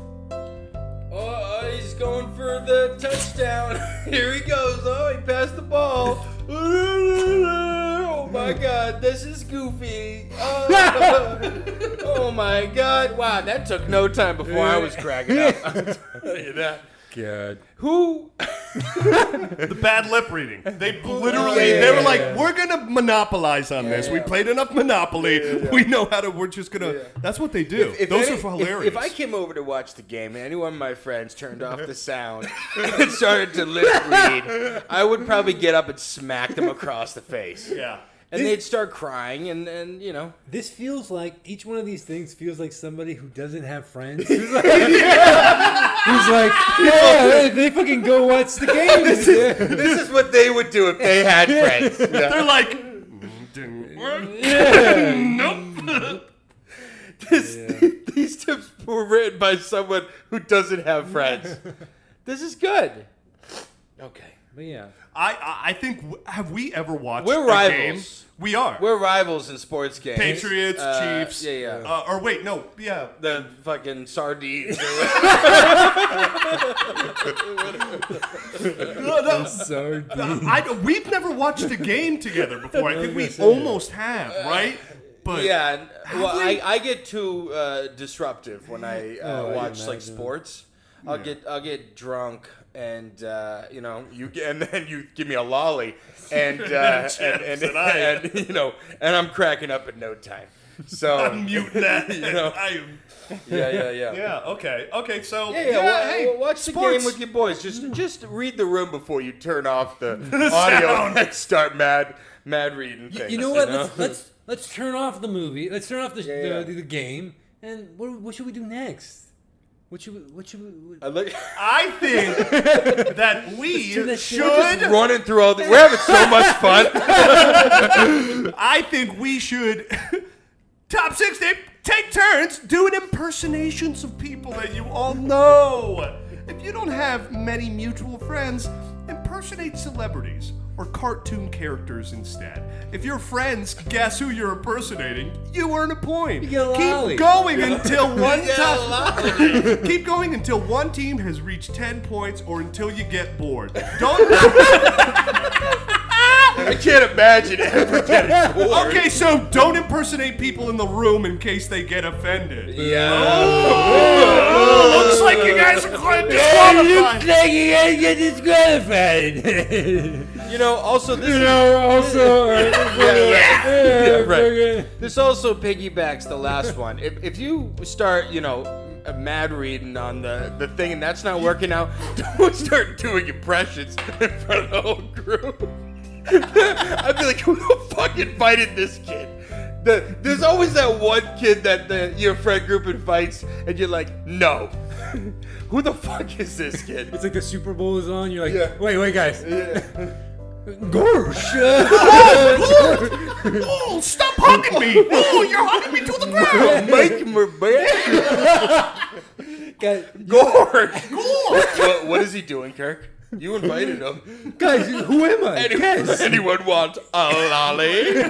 [SPEAKER 4] Oh, he's going for the touchdown. Here he goes. Oh, he passed the ball. Oh my god, this is goofy. Oh, oh my god. Wow, that took no time before I was cracking up. I'll tell you that.
[SPEAKER 1] God.
[SPEAKER 4] Who?
[SPEAKER 3] the bad lip reading. They literally.
[SPEAKER 4] Oh, yeah,
[SPEAKER 3] they were
[SPEAKER 4] yeah,
[SPEAKER 3] like,
[SPEAKER 4] yeah.
[SPEAKER 3] "We're gonna monopolize on this. We played enough Monopoly. We know how to. We're just gonna." That's what they do. Those
[SPEAKER 4] any-
[SPEAKER 3] are
[SPEAKER 4] if-
[SPEAKER 3] hilarious.
[SPEAKER 4] If, I came over to watch the game and any one of my friends turned off the sound and started to lip read, I would probably get up and smack them across the face.
[SPEAKER 3] yeah.
[SPEAKER 4] And they'd start crying, and, and you know.
[SPEAKER 1] This feels like each one of these things feels like somebody who doesn't have friends. Who's like, who's like, yeah, they, they fucking go watch the game. Yeah.
[SPEAKER 4] This is what they would do if they had friends.
[SPEAKER 3] They're like. "Mm, didn't work." nope.
[SPEAKER 4] This, These tips were written by someone who doesn't have friends. This is good. Okay.
[SPEAKER 1] But yeah,
[SPEAKER 3] I- I I think have we ever watched?
[SPEAKER 4] We're
[SPEAKER 3] a
[SPEAKER 4] rivals.
[SPEAKER 3] game? We are.
[SPEAKER 4] We're rivals in sports games.
[SPEAKER 3] Patriots,
[SPEAKER 4] Uh,
[SPEAKER 3] Chiefs.
[SPEAKER 4] Yeah, yeah.
[SPEAKER 3] Uh, or wait, no, yeah.
[SPEAKER 4] the fucking sardines.
[SPEAKER 3] No, no,
[SPEAKER 1] so deep.
[SPEAKER 3] I, we've never watched a game together before. I think we almost have, right? But
[SPEAKER 4] yeah, and- well,
[SPEAKER 3] we-
[SPEAKER 4] I, I get too uh, disruptive when I uh,
[SPEAKER 1] Oh, I
[SPEAKER 4] watch like
[SPEAKER 1] imagine.
[SPEAKER 4] sports. I'll get I'll get drunk and uh, you know you get, and then you give me a lolly and uh,
[SPEAKER 3] Chips
[SPEAKER 4] and, and,
[SPEAKER 3] and I-
[SPEAKER 4] and, you know and I'm cracking up in no time. So
[SPEAKER 3] mute that.
[SPEAKER 4] You know.
[SPEAKER 3] I am-
[SPEAKER 4] yeah, yeah, yeah.
[SPEAKER 3] yeah, okay, okay. So
[SPEAKER 4] Yeah, yeah, wa-
[SPEAKER 3] hey,
[SPEAKER 4] wa- watch the game
[SPEAKER 3] sports. Mm.
[SPEAKER 4] with your boys. Just just read the room before you turn off the, audio
[SPEAKER 3] sound.
[SPEAKER 4] and start mad mad reading things.
[SPEAKER 1] you know what? Let's, let's let's turn off the movie. Let's turn off the
[SPEAKER 4] Yeah, yeah.
[SPEAKER 1] the, the, game. And what, what should we do next? What should we, what should we? What,
[SPEAKER 4] I look-
[SPEAKER 3] I think that we
[SPEAKER 1] So that-
[SPEAKER 3] should.
[SPEAKER 4] running through all the. We're having so much fun.
[SPEAKER 3] I think we should. Top six. They take turns doing impersonations of people that you all know. If you don't have many mutual friends, impersonate celebrities or cartoon characters instead. If your friends guess who you're impersonating, you earn a point.
[SPEAKER 1] get a lolly.
[SPEAKER 3] Keep going until one
[SPEAKER 4] get a
[SPEAKER 3] top. Keep going until one team has reached ten points or until you get bored. Don't.
[SPEAKER 4] I can't imagine ever getting bored.
[SPEAKER 3] Okay, so don't impersonate people in the room in case they get offended.
[SPEAKER 1] Oh,
[SPEAKER 3] Oh,
[SPEAKER 4] Yeah.
[SPEAKER 3] Looks like you guys are going to disqualify.
[SPEAKER 1] think you guys get disqualified?
[SPEAKER 4] You know. Also, this
[SPEAKER 1] you know, also. uh,
[SPEAKER 4] right. this also piggybacks the last one. If, if you start, you know, a mad reading on the, the thing and that's not working out, don't start doing impressions in front of the whole group. I'd be like, who the fuck invited this kid? The, there's always that one kid that the, your friend group invites, and you're like, no. who the fuck is this kid?
[SPEAKER 2] It's like the Super Bowl is on. You're like,
[SPEAKER 4] Yeah.
[SPEAKER 2] wait, wait, guys.
[SPEAKER 1] Gorsh!
[SPEAKER 3] Oh, stop hugging me! Oh, you're hugging me to the ground!
[SPEAKER 4] Mike Murbaix.
[SPEAKER 1] Guys,
[SPEAKER 4] Gore. what, what is he doing, Kirk? You invited him.
[SPEAKER 1] guys, who am I?
[SPEAKER 4] Anyone, anyone want a lolly?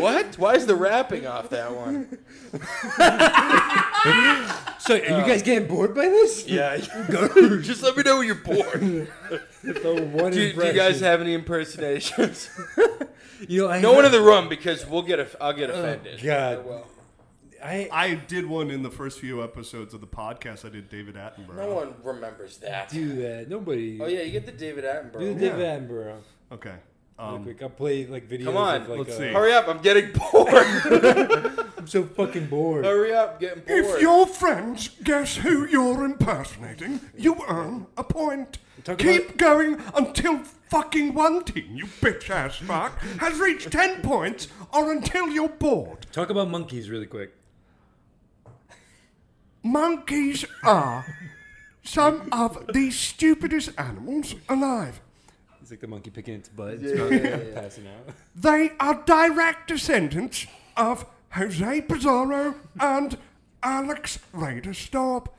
[SPEAKER 4] what? Why is the wrapping off that one?
[SPEAKER 1] So, are you guys getting bored by this?
[SPEAKER 4] Uh, Yeah.
[SPEAKER 1] Gorsh.
[SPEAKER 4] Just let me know when you're bored.
[SPEAKER 1] The one
[SPEAKER 4] Do, do you guys have any impersonations?
[SPEAKER 1] You know, I
[SPEAKER 4] no one
[SPEAKER 1] have-
[SPEAKER 4] in the Oh, room because we'll get. I'll get offended.
[SPEAKER 1] God. I,
[SPEAKER 3] I did one in the first few episodes of the podcast. I did David Attenborough.
[SPEAKER 4] No one remembers that.
[SPEAKER 1] do that. Nobody.
[SPEAKER 4] Oh yeah, you get the David
[SPEAKER 2] Do
[SPEAKER 4] Attenborough.
[SPEAKER 2] the David Attenborough.
[SPEAKER 3] Okay.
[SPEAKER 2] Real
[SPEAKER 3] Um,
[SPEAKER 2] quick, I'll play like videos.
[SPEAKER 4] on,
[SPEAKER 2] of, like,
[SPEAKER 3] let's
[SPEAKER 2] uh,
[SPEAKER 3] see.
[SPEAKER 4] Hurry up! I'm getting bored.
[SPEAKER 1] I'm so fucking bored.
[SPEAKER 4] Hurry up! I'm getting bored.
[SPEAKER 3] if your friends guess who you're impersonating, you earn a point.
[SPEAKER 2] Talk
[SPEAKER 3] Keep going until fucking one team, you bitch ass fuck, has reached 10 points or until you're bored.
[SPEAKER 1] Talk about monkeys really quick.
[SPEAKER 3] Monkeys are some of the stupidest animals alive.
[SPEAKER 2] It's like the monkey picking its butt. passing out.
[SPEAKER 3] They are direct descendants of Jose Pizarro and Alex Rader Staub.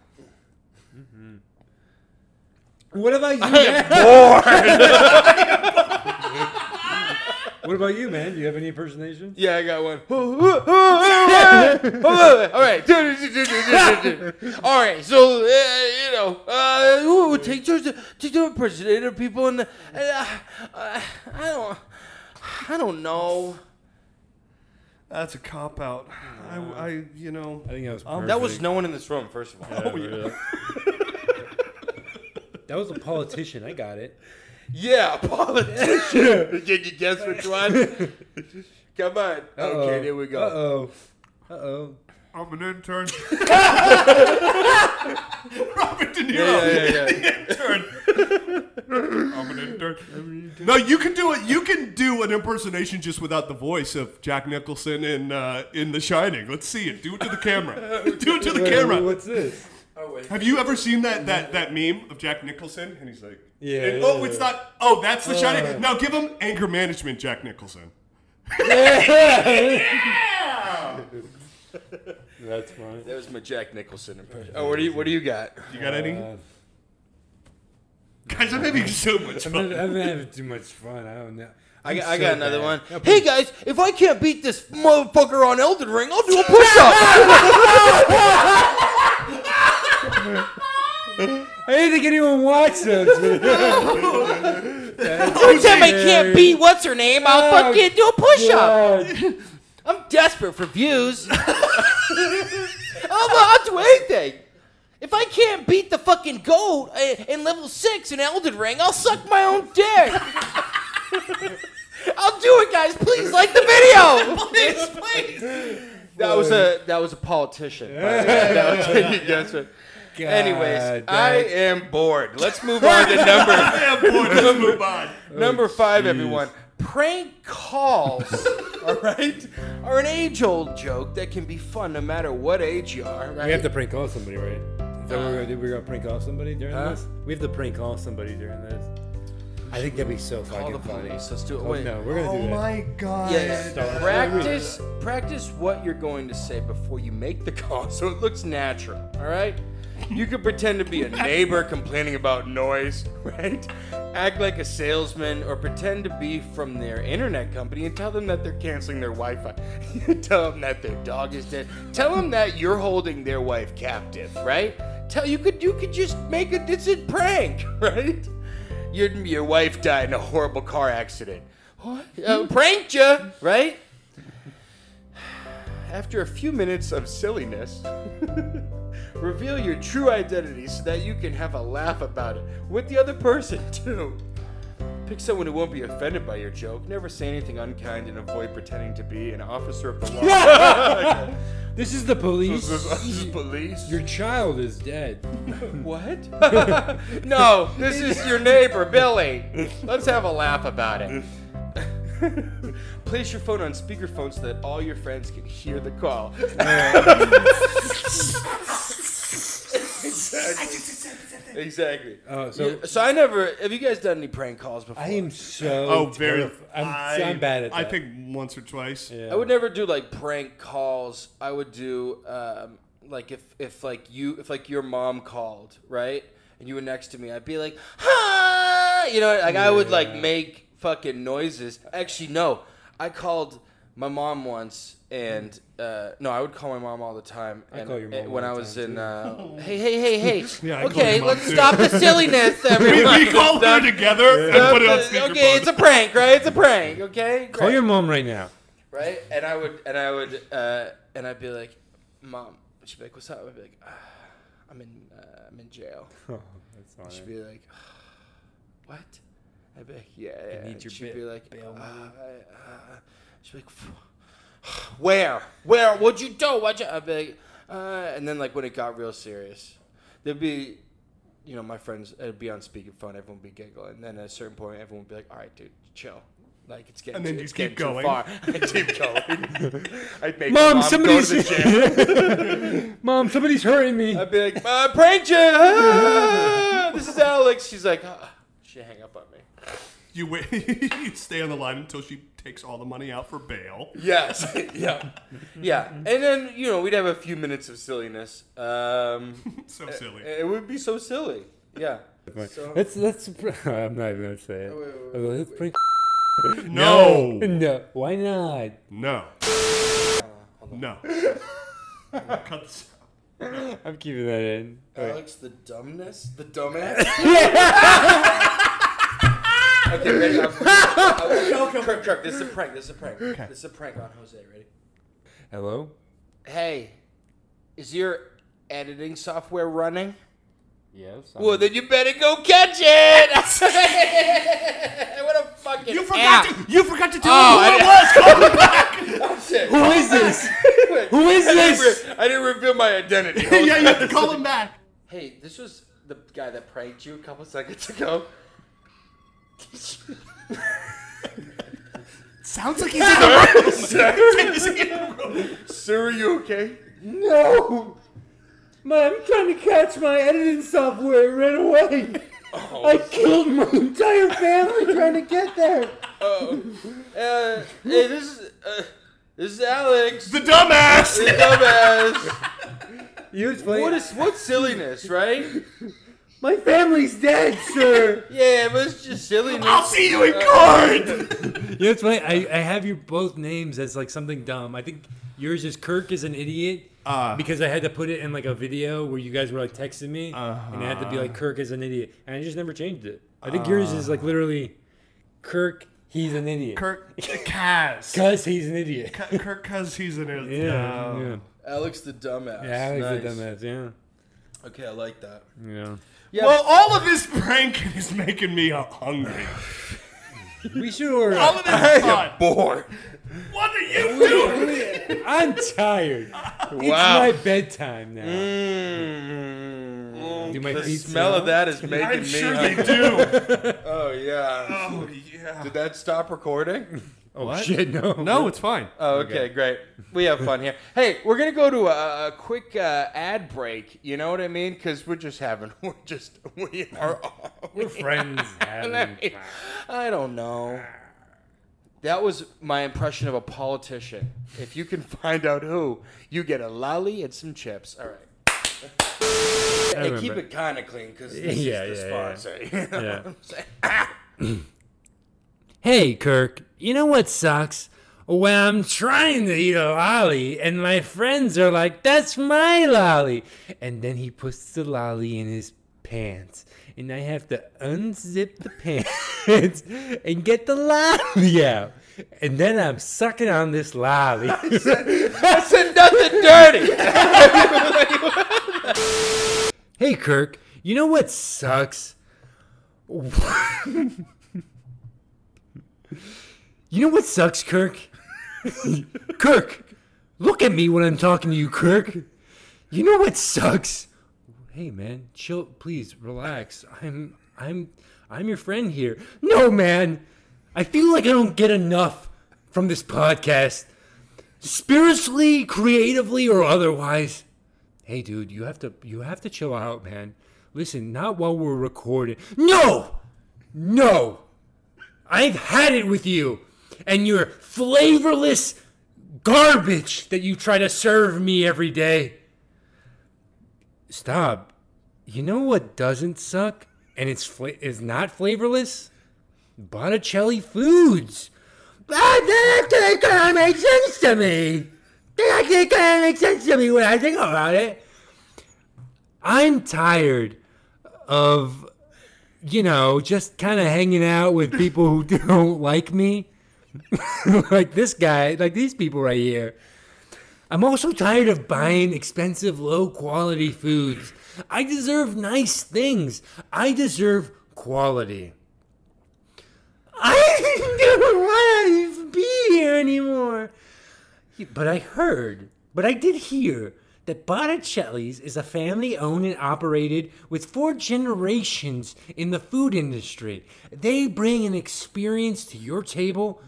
[SPEAKER 1] What about you, man?
[SPEAKER 2] What about you, man? Do you have any impersonations?
[SPEAKER 4] Yeah, I got one. All right. All right. So, uh, you know, uh, who would take those to do impersonator people in the. Uh, uh, I don't. I don't know.
[SPEAKER 3] That's a cop out. I, I, you know.
[SPEAKER 2] I think that was perfect.
[SPEAKER 4] Um, That was no one in this room, first of all.
[SPEAKER 1] That was a politician. I got it.
[SPEAKER 4] Yeah, a politician. Did you guess which one? Come on. Okay, there we go.
[SPEAKER 1] Uh-oh. Uh-oh.
[SPEAKER 3] I'm an intern. Robert De Niro.
[SPEAKER 4] Yeah, yeah, yeah.
[SPEAKER 3] Intern. I'm an intern. No, you can do it. You can do an impersonation just without the voice of Jack Nicholson in uh, in The Shining. Let's see it. Do it to the camera. do it to the
[SPEAKER 2] Wait,
[SPEAKER 3] camera.
[SPEAKER 2] What's this?
[SPEAKER 4] Oh, wait.
[SPEAKER 3] Have you ever seen that that that meme of Jack Nicholson and he's like,
[SPEAKER 2] Yeah,
[SPEAKER 3] and-
[SPEAKER 2] yeah,
[SPEAKER 3] oh,
[SPEAKER 2] yeah.
[SPEAKER 3] it's not. Oh, that's the shining. Now give him anger management, Jack Nicholson.
[SPEAKER 2] That's fine.
[SPEAKER 4] That was my Jack Nicholson impression. Oh, what do you, what do you got?
[SPEAKER 3] You got any?
[SPEAKER 2] Uh,
[SPEAKER 3] Guys, I'm having so much
[SPEAKER 2] I'm,
[SPEAKER 3] fun.
[SPEAKER 2] not, I'm having too much fun. I don't know.
[SPEAKER 4] I
[SPEAKER 2] I'm
[SPEAKER 4] got, I
[SPEAKER 2] so
[SPEAKER 4] got another
[SPEAKER 2] bad.
[SPEAKER 4] one.
[SPEAKER 2] Yeah, please.
[SPEAKER 4] Hey guys, if I can't beat this motherfucker on Elden Ring, I'll do a push-up.
[SPEAKER 2] I didn't think anyone watched those. man.
[SPEAKER 4] Every time I can't beat what's her name, I'll
[SPEAKER 2] Oh,
[SPEAKER 4] fucking do a push-up.
[SPEAKER 2] God.
[SPEAKER 4] I'm desperate for views. I'll, I'll do anything. If I can't beat the fucking goat uh, in level six in Elden Ring, I'll suck my own dick. I'll do it, guys. Please like the video. please, please. That was a that was a politician. that was, you guessed it.
[SPEAKER 2] God,
[SPEAKER 4] Anyways, I am bored. Let's move on to number
[SPEAKER 2] Oh,
[SPEAKER 3] Yeah, boy, let's move on.
[SPEAKER 4] number five, everyone. Prank calls, all right, are an age-old joke that can be fun no matter what age you are. Right?
[SPEAKER 2] We have to prank call somebody, right? Is that what we're gonna do? We're gonna prank call somebody during
[SPEAKER 4] Uh. Huh?
[SPEAKER 2] this? We have to prank call somebody during this.
[SPEAKER 1] I think that'd be so
[SPEAKER 4] call
[SPEAKER 1] fucking
[SPEAKER 4] the
[SPEAKER 1] funny.
[SPEAKER 4] police. Let's do it.
[SPEAKER 2] Oh,
[SPEAKER 4] Wait.
[SPEAKER 2] no, we're gonna do that.
[SPEAKER 3] god.
[SPEAKER 4] Yes.
[SPEAKER 2] Start.
[SPEAKER 4] Practice, practice what you're going to say before you make the call, so it looks natural. All right. You could pretend to be a neighbor complaining about noise, right? Act like a salesman, or pretend to be from their internet company and tell them that they're canceling their Wi-Fi. tell them that their dog is dead. Tell them that you're holding their wife captive, right? Tell you could you could just make a decent prank, right? Your your wife died in a horrible car accident. What? Uh, pranked you, right? After a few minutes of silliness, reveal your true identity so that you can have a laugh about it with the other person too. Pick someone who won't be offended by your joke. Never say anything unkind and avoid pretending to be an officer of the law.
[SPEAKER 1] This is the police.
[SPEAKER 4] this is police.
[SPEAKER 1] Your child is dead.
[SPEAKER 4] What? no, this is your neighbor, Billy. Let's have a laugh about it. Place your phone on speakerphone so that all your friends can hear the call. exactly. Exactly.
[SPEAKER 1] Oh, so-
[SPEAKER 4] Yeah, so I never. Have you guys done any prank calls before?
[SPEAKER 1] I am so.
[SPEAKER 3] Oh, very.
[SPEAKER 1] terrif- I'm,
[SPEAKER 3] I,
[SPEAKER 1] am bad at that.
[SPEAKER 3] I think once or twice.
[SPEAKER 1] Yeah.
[SPEAKER 4] I would never do like prank calls. I would do um, like if if like you if like your mom called right and you were next to me, I'd be like, "Hi," you know, like I would like make fucking noises. Actually, no, I called my mom once, and uh, no, I would call my mom all the time. And,
[SPEAKER 1] call your mom
[SPEAKER 4] and when
[SPEAKER 1] all
[SPEAKER 4] I
[SPEAKER 1] the
[SPEAKER 4] was
[SPEAKER 1] time,
[SPEAKER 4] in, uh, hey, hey, hey, hey.
[SPEAKER 3] Yeah, I call
[SPEAKER 4] okay,
[SPEAKER 3] your mom
[SPEAKER 4] let's
[SPEAKER 3] too.
[SPEAKER 4] stop the silliness,
[SPEAKER 3] We,
[SPEAKER 4] everyone.
[SPEAKER 3] we called her together and put it on speakerphone.
[SPEAKER 4] okay, it's a prank, right? It's a prank. Okay,
[SPEAKER 2] Call
[SPEAKER 4] Great
[SPEAKER 2] your mom right now.
[SPEAKER 4] right? And I would, and I would, uh, and I'd be like, "Mom," she'd be like, "What's up?" I'd be like, ah, "I'm in, uh, I'm in jail." she'd be like, "What?" I'd be like, "Yeah." yeah.
[SPEAKER 1] need
[SPEAKER 4] And
[SPEAKER 1] your
[SPEAKER 4] she'd
[SPEAKER 1] ba-
[SPEAKER 4] be like,
[SPEAKER 1] bail
[SPEAKER 4] "Uh,
[SPEAKER 1] money."
[SPEAKER 4] I- uh," She'd be like, "Phew. "Where? Where? What'd you do? What'd you?" I'd be like, uh, and then like when it got real serious, there'd be. You know, my friends, it'd be on speakerphone, everyone would be giggling. And then at a certain point, everyone would be like, all right, dude, chill. Like, it's getting,
[SPEAKER 3] And then
[SPEAKER 4] too,
[SPEAKER 3] you
[SPEAKER 4] it's
[SPEAKER 3] keep
[SPEAKER 4] getting too
[SPEAKER 3] going.
[SPEAKER 4] far. I keep going. I'd make
[SPEAKER 2] Mom,
[SPEAKER 4] mom, go
[SPEAKER 2] somebody's
[SPEAKER 4] to the gym.
[SPEAKER 2] Mom, somebody's hurting me.
[SPEAKER 4] I'd be like, uh, prank you! Ah, this is Alex. She's like, ah. she hang up on me.
[SPEAKER 3] You wait. you stay on the line until she takes all the money out for bail.
[SPEAKER 4] Yes. yeah. Yeah. And then, you know, we'd have a few minutes of silliness. Um,
[SPEAKER 3] So silly.
[SPEAKER 4] it would be so silly. Yeah. So,
[SPEAKER 2] That's that's. pr- I'm not even gonna say it.
[SPEAKER 4] wait, wait,
[SPEAKER 2] I was like, that's
[SPEAKER 3] No.
[SPEAKER 2] pretty- No, why not?
[SPEAKER 3] No. No. Cut this out.
[SPEAKER 2] I'm keeping that in.
[SPEAKER 4] Alex, the dumbness? The dumbass? okay, ready? I'm, I'm, I'm, Kirk, Kirk, this is a prank. This is a prank. This is a prank on Jose. Ready?
[SPEAKER 2] Hello.
[SPEAKER 4] Hey, is your editing software running?
[SPEAKER 2] Yes.
[SPEAKER 4] Well, then you better go catch it. what a fucking
[SPEAKER 3] You
[SPEAKER 4] app.
[SPEAKER 3] forgot to. You forgot to tell
[SPEAKER 4] Oh,
[SPEAKER 3] me who
[SPEAKER 4] I-
[SPEAKER 3] it was. Call me back.
[SPEAKER 4] Shit.
[SPEAKER 2] Who is this? Who is
[SPEAKER 4] I didn't
[SPEAKER 2] this?
[SPEAKER 4] re- I didn't reveal my identity.
[SPEAKER 3] yeah, you have to call him back.
[SPEAKER 4] Hey, this was the guy that pranked you a couple seconds ago.
[SPEAKER 3] Sounds like he's in the room. He's in the room.
[SPEAKER 4] Sir, are you okay?
[SPEAKER 2] No. My, I'm trying to catch my editing software. It ran away.
[SPEAKER 1] Oh.
[SPEAKER 2] I killed my entire family trying to get there.
[SPEAKER 4] Uh, hey, this is uh, this is Alex.
[SPEAKER 3] The dumbass.
[SPEAKER 4] the dumbass.
[SPEAKER 2] You explain.
[SPEAKER 4] What is what silliness, right?
[SPEAKER 2] My family's dead, sir.
[SPEAKER 4] Yeah, but it's just
[SPEAKER 3] I'll
[SPEAKER 4] silliness.
[SPEAKER 3] see you in court.
[SPEAKER 1] You know, it's funny. I, I have your both names as like something dumb. I think yours is Kirk is an idiot
[SPEAKER 3] Uh.
[SPEAKER 2] Uh-huh.
[SPEAKER 1] because I had to put it in like a video where you guys were like texting me, and it had to be like Kirk is an idiot, and I just never changed it. I think yours is like literally Kirk. He's an idiot.
[SPEAKER 3] Kirk Kaz.
[SPEAKER 1] Cause he's an idiot.
[SPEAKER 3] Kirk Kaz. He's an
[SPEAKER 1] Yeah,
[SPEAKER 3] idiot. No.
[SPEAKER 1] yeah.
[SPEAKER 4] Alex the dumbass.
[SPEAKER 1] Yeah, Alex
[SPEAKER 4] nice.
[SPEAKER 1] did that. Yeah,
[SPEAKER 4] Okay, I like that.
[SPEAKER 1] yeah.
[SPEAKER 4] Yeah,
[SPEAKER 3] Well, all of this pranking is making me hungry.
[SPEAKER 1] We should order.
[SPEAKER 3] All of this fun.
[SPEAKER 4] bored.
[SPEAKER 3] What are you doing?
[SPEAKER 1] I'm tired.
[SPEAKER 4] Wow.
[SPEAKER 1] It's my bedtime now. Do my
[SPEAKER 4] Mm. the
[SPEAKER 1] feet
[SPEAKER 4] smell
[SPEAKER 1] smell?
[SPEAKER 4] of that is making
[SPEAKER 3] I'm
[SPEAKER 4] me.
[SPEAKER 3] sure
[SPEAKER 4] hungry.
[SPEAKER 3] they do.
[SPEAKER 4] Oh yeah.
[SPEAKER 3] Oh yeah.
[SPEAKER 4] Did that stop recording?
[SPEAKER 1] Oh shit, no.
[SPEAKER 3] No, it's fine.
[SPEAKER 4] Oh, okay, great. We have fun here. Hey, we're gonna go to a, a quick uh, ad break. You know what I mean? Because we're just having, we're just, we are.
[SPEAKER 1] We're friends. having-
[SPEAKER 4] I don't know. That was my impression of a politician. If you can find out who, you get a lolly and some chips. All right. And keep
[SPEAKER 1] remember.
[SPEAKER 4] it kind of clean because this
[SPEAKER 1] Yeah,
[SPEAKER 4] is the
[SPEAKER 1] yeah, yeah.
[SPEAKER 4] sponsor. you know
[SPEAKER 1] Yeah.
[SPEAKER 4] what I'm saying?
[SPEAKER 1] Hey, Kirk, you know what sucks? When I'm trying to eat a lolly and my friends are like, that's my lolly. And then he puts the lolly in his pants. And I have to unzip the pants and get the lolly out. And then I'm sucking on this lolly.
[SPEAKER 4] I said nothing dirty.
[SPEAKER 1] hey, Kirk, you know what sucks? You know what sucks, Kirk? Kirk, look at me when I'm talking to you, Kirk. You know what sucks? Hey man, chill, please relax. I'm I'm I'm your friend here. No, man. I feel like I don't get enough from this podcast. Spiritually, creatively or otherwise. Hey dude, you have to you have to chill out, man. Listen, not while we're recording. No! No! I've had it with you and your flavorless garbage that you try to serve me every day. Stop. You know what doesn't suck and it's fla- is not flavorless? Botticelli Foods. Ah, That doesn't kind of make sense to me. That doesn't kind of make sense to me when I think about it. I'm tired of you know, just kind of hanging out with people who don't like me. like this guy, like these people right here. I'm also tired of buying expensive, low quality foods. I deserve nice things. I deserve quality. I don't want to be here anymore. But I heard, but I did hear that Botticelli's is a family owned and operated with four generations in the food industry. They bring an experience to your table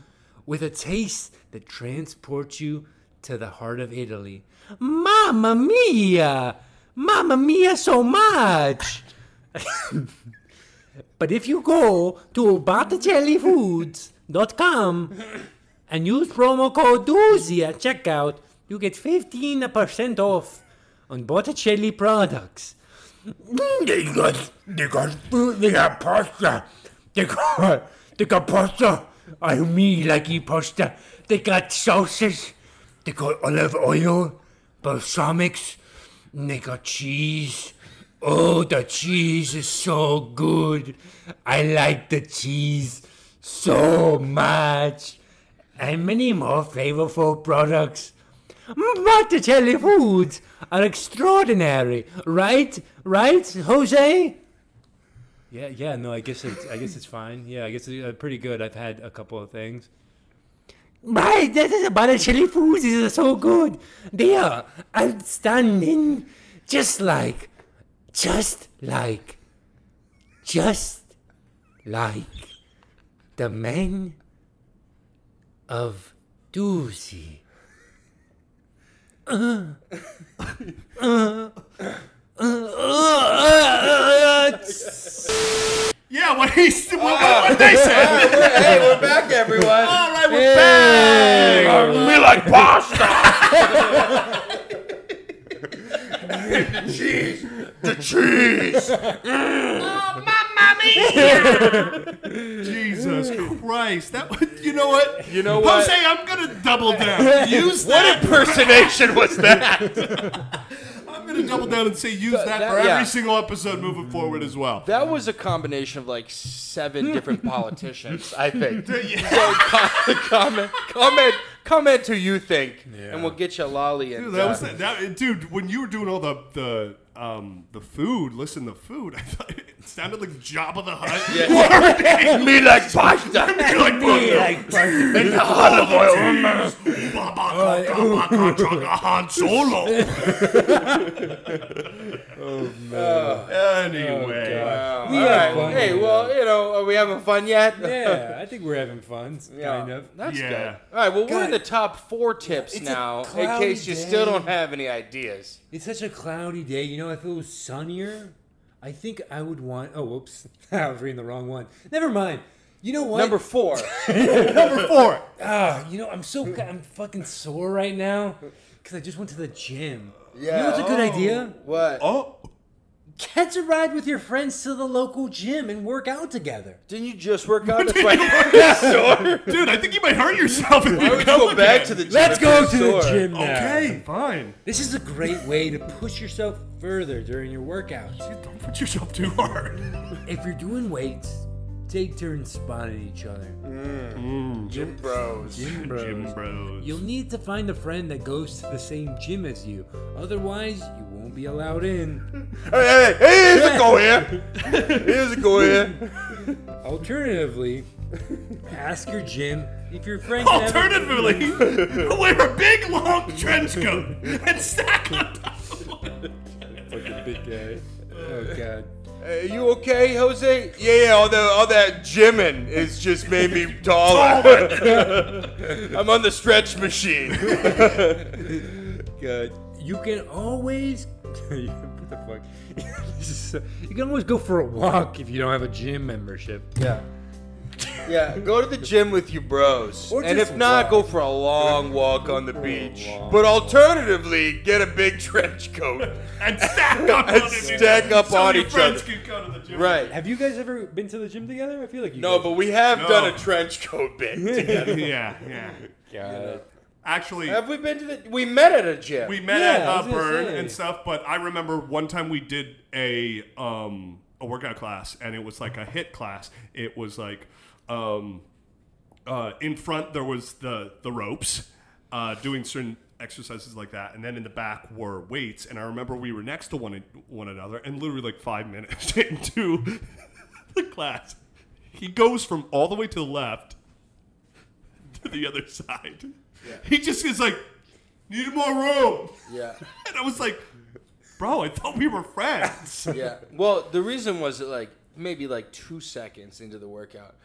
[SPEAKER 1] with a taste that transports you to the heart of Italy. Mamma mia! Mamma mia so much! but if you go to botticellifoods.com and use promo code DOOZY at checkout, you get 15% off on Botticelli products. They got, they got food, they got pasta, they got, they got pasta. I me like eat pasta. They got sauces, they got olive oil, balsamics, and they got cheese. Oh, the cheese is so good. I like the cheese so much. And many more flavorful products. Botticelli foods are extraordinary, right? Right, Jose? Yeah, yeah. No, I guess it's, I guess it's fine. Yeah, I guess it's uh, pretty good. I've had a couple of things. Right, that is Botticelli foods is so good. They are outstanding, just like, just like, just like the men of Doozy.
[SPEAKER 3] Yeah, what he s- what, what, what they said.
[SPEAKER 4] hey, we're back, everyone.
[SPEAKER 3] All right, we're back. We like pasta. the cheese, the cheese. Jesus Christ! That was- you know what? You
[SPEAKER 4] know
[SPEAKER 3] Jose, I'm gonna double down. Use that.
[SPEAKER 5] impersonation was that?
[SPEAKER 3] I'm gonna double down and say use that,
[SPEAKER 4] that-
[SPEAKER 3] for every
[SPEAKER 4] yeah.
[SPEAKER 3] single episode moving forward as well.
[SPEAKER 4] That was a combination of like seven different politicians.
[SPEAKER 5] I think.
[SPEAKER 4] So com- comment, comment, comment who you think, and we'll get you a lolly. And
[SPEAKER 3] Dude, that
[SPEAKER 4] uh,
[SPEAKER 3] was that, dude. When you were doing all the the um the food, listen, the food. I thought it sounded like Job of the Hut.
[SPEAKER 5] Me like pasta.
[SPEAKER 3] like,
[SPEAKER 5] and the olive oil.
[SPEAKER 3] Han Solo. Oh, Anyway,
[SPEAKER 4] wow.
[SPEAKER 1] We
[SPEAKER 4] All
[SPEAKER 1] had
[SPEAKER 4] right.
[SPEAKER 1] fun
[SPEAKER 4] Hey,
[SPEAKER 1] with
[SPEAKER 4] well, you know, are we having fun yet?
[SPEAKER 1] Yeah, I think we're having fun, kind of.
[SPEAKER 4] That's
[SPEAKER 3] Yeah.
[SPEAKER 4] good. All right, well, we're in
[SPEAKER 1] God.
[SPEAKER 4] the top four tips
[SPEAKER 1] It's a
[SPEAKER 4] now, in
[SPEAKER 1] cloudy
[SPEAKER 4] case you still
[SPEAKER 1] day.
[SPEAKER 4] don't have any ideas.
[SPEAKER 1] It's such a cloudy day. You know, if it was sunnier, I think I would want. Oh, whoops. I was reading the wrong one. Never mind. You know what?
[SPEAKER 4] Number four.
[SPEAKER 3] number four.
[SPEAKER 1] Ah, you know, I'm so I'm fucking sore right now because I just went to the gym. Yeah. You know what's a good idea?
[SPEAKER 4] what?
[SPEAKER 3] Oh,
[SPEAKER 1] Catch a ride with your friends to the local gym and work out together.
[SPEAKER 4] Didn't you just work out? That's why you
[SPEAKER 3] dude, I think you might hurt yourself. If you
[SPEAKER 4] would go back to the gym.
[SPEAKER 1] Let's
[SPEAKER 4] if
[SPEAKER 1] go
[SPEAKER 4] you're
[SPEAKER 1] to the
[SPEAKER 4] sore?
[SPEAKER 1] gym now.
[SPEAKER 3] Okay, fine.
[SPEAKER 1] This is a great way to push yourself further during your workouts.
[SPEAKER 3] Dude, Don't put yourself too hard.
[SPEAKER 1] If you're doing weights, take turns spotting each other.
[SPEAKER 4] Gym bros.
[SPEAKER 1] Gym bros.
[SPEAKER 3] Gym bros.
[SPEAKER 1] You'll need to find a friend that goes to the same gym as you. Otherwise, you won't be allowed in.
[SPEAKER 5] Hey, hey, hey, here's a go here. Here's a go here.
[SPEAKER 1] Alternatively, Ask your Jim if your friend. can have a-
[SPEAKER 5] Alternatively, wear a big long trench coat and stack on top of one.
[SPEAKER 2] Fucking big guy. Oh god.
[SPEAKER 4] Are you okay, Jose?
[SPEAKER 6] Yeah, yeah, all, the, all that gymming is just made me taller. I'm on the stretch machine.
[SPEAKER 2] God.
[SPEAKER 1] uh, You can always. what the fuck? This is so- you can always go for a walk if you don't have a gym membership.
[SPEAKER 2] Yeah.
[SPEAKER 6] Yeah, go to the gym with you bros.
[SPEAKER 2] Or
[SPEAKER 6] and
[SPEAKER 2] just
[SPEAKER 6] if not,
[SPEAKER 2] walk.
[SPEAKER 6] go for a long walk on the
[SPEAKER 2] for a
[SPEAKER 6] beach.
[SPEAKER 2] long
[SPEAKER 6] But alternatively, get a big trench coat.
[SPEAKER 5] And stack up
[SPEAKER 6] And
[SPEAKER 5] on it.
[SPEAKER 6] stack up
[SPEAKER 5] so
[SPEAKER 6] on
[SPEAKER 5] your
[SPEAKER 6] each
[SPEAKER 5] friends
[SPEAKER 6] other.
[SPEAKER 5] Can go to the gym.
[SPEAKER 6] right.
[SPEAKER 1] Have you guys ever been to the gym together? I feel like you
[SPEAKER 6] No,
[SPEAKER 1] guys-
[SPEAKER 6] but we have
[SPEAKER 5] No.
[SPEAKER 6] done a trench coat bit.
[SPEAKER 3] yeah, yeah.
[SPEAKER 2] God.
[SPEAKER 3] Actually,
[SPEAKER 6] have we been to the? We met at a gym.
[SPEAKER 3] we met
[SPEAKER 1] Yeah,
[SPEAKER 3] at
[SPEAKER 1] I was
[SPEAKER 3] uh,
[SPEAKER 1] gonna
[SPEAKER 3] Burn
[SPEAKER 1] say.
[SPEAKER 3] and stuff, but I remember one time we did a um, a workout class, and it was like a hit class. It was like um, uh, in front there was the the ropes, uh, doing certain exercises like that, and then in the back were weights. And I remember we were next to one one another, and literally like five minutes into the class, he goes from all the way to the left to the other side. He just is like, need more room.
[SPEAKER 4] Yeah.
[SPEAKER 3] And I was like, bro, I thought we were friends.
[SPEAKER 4] Yeah. Well, the reason was that like maybe like two seconds into the workout,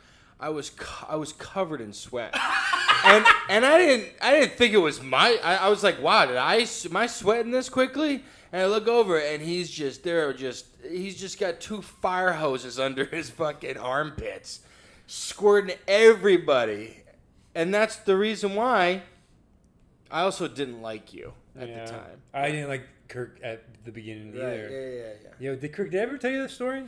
[SPEAKER 4] I was co- I was covered in sweat, and and I didn't I didn't think it was my I, I was like wow did I s- am I sweating this quickly? And I look over and he's just there are just he's just got two fire hoses under his fucking armpits, squirting everybody, and that's the reason why. I also didn't like you at
[SPEAKER 1] Yeah.
[SPEAKER 4] the time.
[SPEAKER 1] I didn't like Kirk at the beginning either.
[SPEAKER 4] yeah, yeah.
[SPEAKER 1] Yo, did Kirk did I ever tell you that story?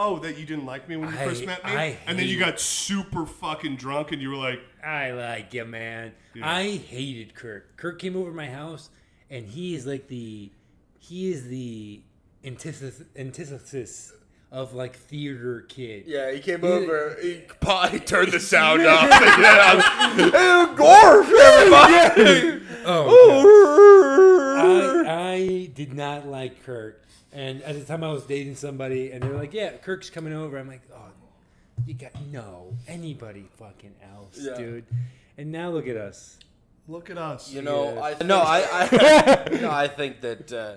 [SPEAKER 3] oh, that you didn't like me when you
[SPEAKER 1] I-
[SPEAKER 3] first met me?
[SPEAKER 1] I
[SPEAKER 3] and then you
[SPEAKER 1] hate-
[SPEAKER 3] got super fucking drunk and you were like,
[SPEAKER 1] I like you, man. I hated Kirk. Kirk came over to my house, and he is like the he is the antithesis, antithesis of like theater kid.
[SPEAKER 6] Yeah, he came
[SPEAKER 1] Yeah.
[SPEAKER 6] over. He, pa- he turned the sound off. And then I was, "Hey, Gorf, everybody!"
[SPEAKER 1] Oh, God. I, I did not like Kirk. And at the time, I was dating somebody, and they were like, "Yeah, Kirk's coming over." I'm like, "Oh, you got no anybody fucking else,
[SPEAKER 4] Yeah.
[SPEAKER 1] dude." And now look at us.
[SPEAKER 3] look at us.
[SPEAKER 4] You know,
[SPEAKER 1] Yeah.
[SPEAKER 4] I no, I, I no, I think that uh,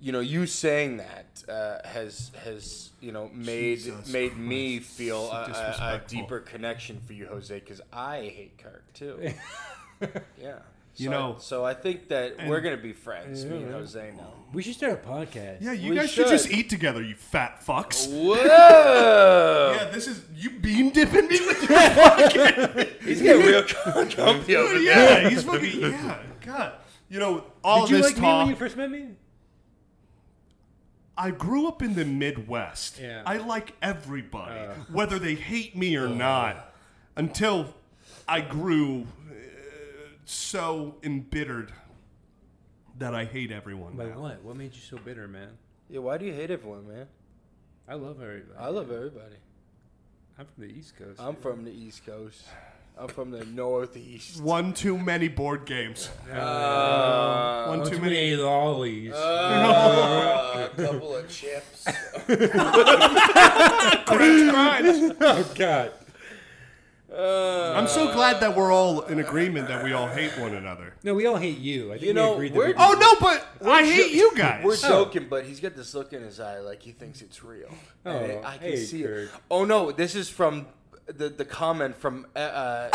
[SPEAKER 4] you know you saying that uh, has has you know made
[SPEAKER 3] Jesus
[SPEAKER 4] made me feel a, a, a
[SPEAKER 3] disrespectful.
[SPEAKER 4] deeper connection for you, Jose, because I hate Kirk too. yeah, so
[SPEAKER 3] You
[SPEAKER 4] I-
[SPEAKER 3] know,
[SPEAKER 4] so I think that we're gonna be friends, me and
[SPEAKER 1] yeah.
[SPEAKER 4] Jose now.
[SPEAKER 1] We should start a podcast.
[SPEAKER 3] yeah, you
[SPEAKER 4] we
[SPEAKER 3] guys should. just
[SPEAKER 4] should.
[SPEAKER 3] eat together, you fat fucks.
[SPEAKER 1] Oh,
[SPEAKER 4] Whoa!
[SPEAKER 3] Yeah, this is you beam dipping me with your
[SPEAKER 6] He's getting real com- comfy over there.
[SPEAKER 3] Yeah, he's fucking yeah. God. You know, all
[SPEAKER 1] Did you
[SPEAKER 3] this
[SPEAKER 1] like me
[SPEAKER 3] talk
[SPEAKER 1] when you first met me?
[SPEAKER 3] I grew up in the Midwest.
[SPEAKER 1] Yeah.
[SPEAKER 3] I like everybody, whether they hate me or not, until I grew uh, so embittered that I hate everyone.
[SPEAKER 1] Like
[SPEAKER 3] now.
[SPEAKER 1] what? What made you so bitter, man?
[SPEAKER 4] Yeah, why do you hate everyone, man?
[SPEAKER 1] I love everybody.
[SPEAKER 4] I love everybody.
[SPEAKER 1] I'm from the East Coast.
[SPEAKER 4] I'm from the East Coast. I'm from the Northeast.
[SPEAKER 3] One too many board games. Uh, One too many.
[SPEAKER 1] lollies.
[SPEAKER 4] Uh, a couple of chips.
[SPEAKER 1] oh God.
[SPEAKER 3] I'm so glad that we're all in agreement that we all hate one another.
[SPEAKER 1] No, we all hate you. I think
[SPEAKER 4] You know,
[SPEAKER 1] we agreed that
[SPEAKER 4] we're-
[SPEAKER 1] we-
[SPEAKER 3] Oh no, but I hate
[SPEAKER 4] jo-
[SPEAKER 3] you guys.
[SPEAKER 4] We're joking, but he's got this look in his eye like he thinks it's real. Oh,
[SPEAKER 1] Oh,
[SPEAKER 4] I can
[SPEAKER 1] hey,
[SPEAKER 4] see it.
[SPEAKER 1] Kurt.
[SPEAKER 4] Oh no, this is from the the comment from uh, uh,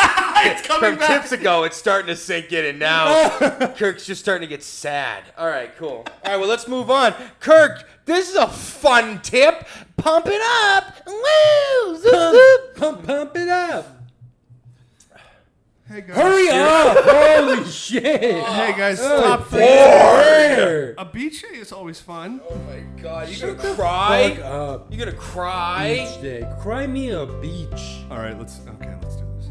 [SPEAKER 3] it's coming
[SPEAKER 4] from
[SPEAKER 3] back.
[SPEAKER 4] tips ago. It's starting to sink in, and now Kirk's just starting to get sad. All right, cool. All right, well let's move on. Kirk, this is a fun tip. Pump it up. Woo! Zoop, zoop.
[SPEAKER 1] pump, pump it up.
[SPEAKER 3] Hey guys.
[SPEAKER 1] Hurry up! Holy shit!
[SPEAKER 3] Hey guys,
[SPEAKER 1] Oh,
[SPEAKER 3] stop thinking.
[SPEAKER 1] Bored.
[SPEAKER 3] A beach day is always fun.
[SPEAKER 4] Oh my God, you gonna
[SPEAKER 1] Fuck
[SPEAKER 4] cry?
[SPEAKER 1] up.
[SPEAKER 4] You gonna cry?
[SPEAKER 1] Beach day. Cry me a beach.
[SPEAKER 3] All right, let's okay, let's do this.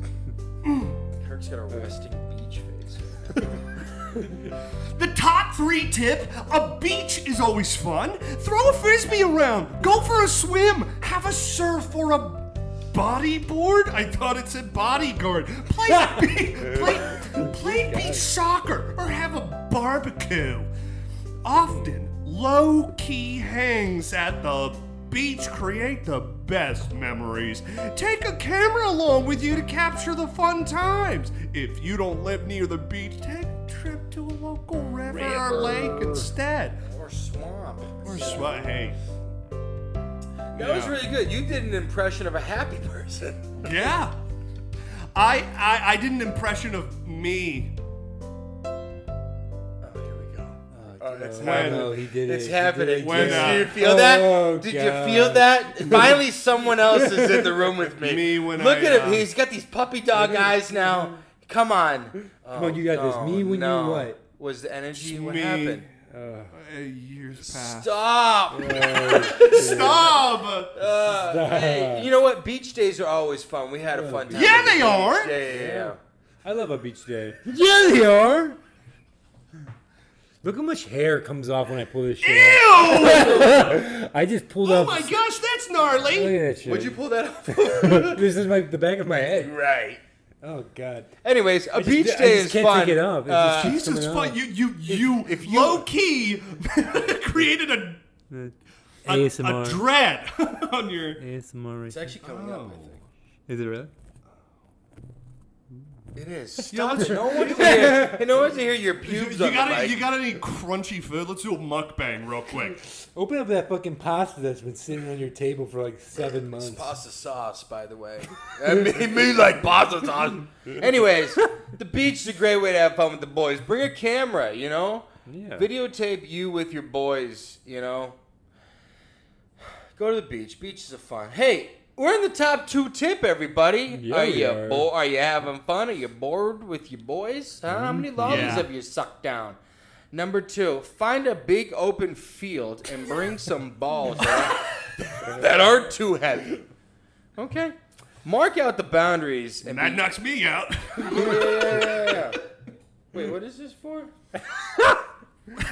[SPEAKER 4] Kirk's got a resting beach face.
[SPEAKER 3] The top three tip a beach is always fun. Throw a frisbee around, go for a swim, have a surf or a bodyboard. I thought it said bodyguard. Play, be- play, play beach soccer or have a barbecue. Often, low key hangs at the beach create the best memories. Take a camera along with you to capture the fun times. If you don't live near the beach, take a trip to a local river, or lake instead.
[SPEAKER 4] Or swamp.
[SPEAKER 3] Or swa- hey,
[SPEAKER 4] That was really good. You did an impression of a happy person.
[SPEAKER 3] yeah. I, I I did an impression of me
[SPEAKER 4] Oh, here we go.
[SPEAKER 6] Oh, it's
[SPEAKER 3] when
[SPEAKER 2] Oh, he did
[SPEAKER 4] It's
[SPEAKER 2] it.
[SPEAKER 4] happening.
[SPEAKER 3] Why
[SPEAKER 4] Did
[SPEAKER 3] not?
[SPEAKER 4] you feel that?
[SPEAKER 2] Oh,
[SPEAKER 4] Did
[SPEAKER 2] God.
[SPEAKER 4] you feel that? Finally, someone else is in the room with me.
[SPEAKER 3] Me when
[SPEAKER 4] Look
[SPEAKER 3] I,
[SPEAKER 4] at
[SPEAKER 2] um,
[SPEAKER 4] him.
[SPEAKER 3] uh,
[SPEAKER 4] He's got these puppy dog eyes now. Come on. Come
[SPEAKER 2] on, you got this. Me when you what?
[SPEAKER 4] Was the energy what
[SPEAKER 3] me.
[SPEAKER 4] happened?
[SPEAKER 3] uh, years past.
[SPEAKER 4] Stop.
[SPEAKER 3] Stop!
[SPEAKER 4] Uh, Hey, you know what? Beach days are always fun. We had a fun time.
[SPEAKER 3] Yeah, they are.
[SPEAKER 4] Yeah, yeah, yeah.
[SPEAKER 2] I love a beach day. Yeah, they are. Look how much hair comes off when I pull this shit. out.
[SPEAKER 3] Ew!
[SPEAKER 2] I just pulled
[SPEAKER 3] Oh
[SPEAKER 2] off.
[SPEAKER 3] my
[SPEAKER 2] Look
[SPEAKER 3] gosh, that's
[SPEAKER 2] at
[SPEAKER 3] gnarly.
[SPEAKER 2] that shit.
[SPEAKER 4] Would you pull that off?
[SPEAKER 2] this is my the back of my head.
[SPEAKER 4] right.
[SPEAKER 2] Oh god.
[SPEAKER 4] Anyways, a beach
[SPEAKER 2] I
[SPEAKER 4] day
[SPEAKER 2] just
[SPEAKER 4] is
[SPEAKER 2] can't
[SPEAKER 4] fun.
[SPEAKER 2] take it off. It
[SPEAKER 4] Uh,
[SPEAKER 2] just keeps
[SPEAKER 3] Jesus,
[SPEAKER 2] coming
[SPEAKER 3] fuck
[SPEAKER 2] off.
[SPEAKER 3] you! You you low key created a a, a
[SPEAKER 1] ASMR.
[SPEAKER 3] dread on your.
[SPEAKER 1] ASMR.
[SPEAKER 4] it's actually coming up. I
[SPEAKER 2] Oh.
[SPEAKER 4] think.
[SPEAKER 1] Is it really?
[SPEAKER 4] It is.
[SPEAKER 3] Yeah,
[SPEAKER 4] Stop
[SPEAKER 3] let's-
[SPEAKER 4] it. No one's here. No one's here. Your
[SPEAKER 3] You,
[SPEAKER 4] pubes
[SPEAKER 3] you
[SPEAKER 4] on the
[SPEAKER 3] got
[SPEAKER 4] mic.
[SPEAKER 3] any, you got any crunchy food? Let's do a mukbang real quick.
[SPEAKER 2] Open up that fucking pasta that's been sitting on your table for like seven months.
[SPEAKER 4] pasta sauce, by the way.
[SPEAKER 6] me, me like pasta sauce.
[SPEAKER 4] Anyways, the beach is a great way to have fun with the boys. Bring a camera, you know.
[SPEAKER 1] Yeah.
[SPEAKER 4] Videotape you with your boys, you know. Go to the beach. Beaches are fun. Hey, we're in the top two tip, everybody.
[SPEAKER 2] Yeah,
[SPEAKER 4] are
[SPEAKER 2] we
[SPEAKER 4] you
[SPEAKER 2] are.
[SPEAKER 4] bo- are you having fun? Are you bored with your boys? Huh? How
[SPEAKER 2] Mm-hmm.
[SPEAKER 4] many lollies
[SPEAKER 3] Yeah.
[SPEAKER 4] have you sucked down? Number two, find a big open field and bring some balls that aren't- that aren't too heavy. Okay. Mark out the boundaries and
[SPEAKER 3] That knocks me out.
[SPEAKER 4] yeah. Wait, what is this for?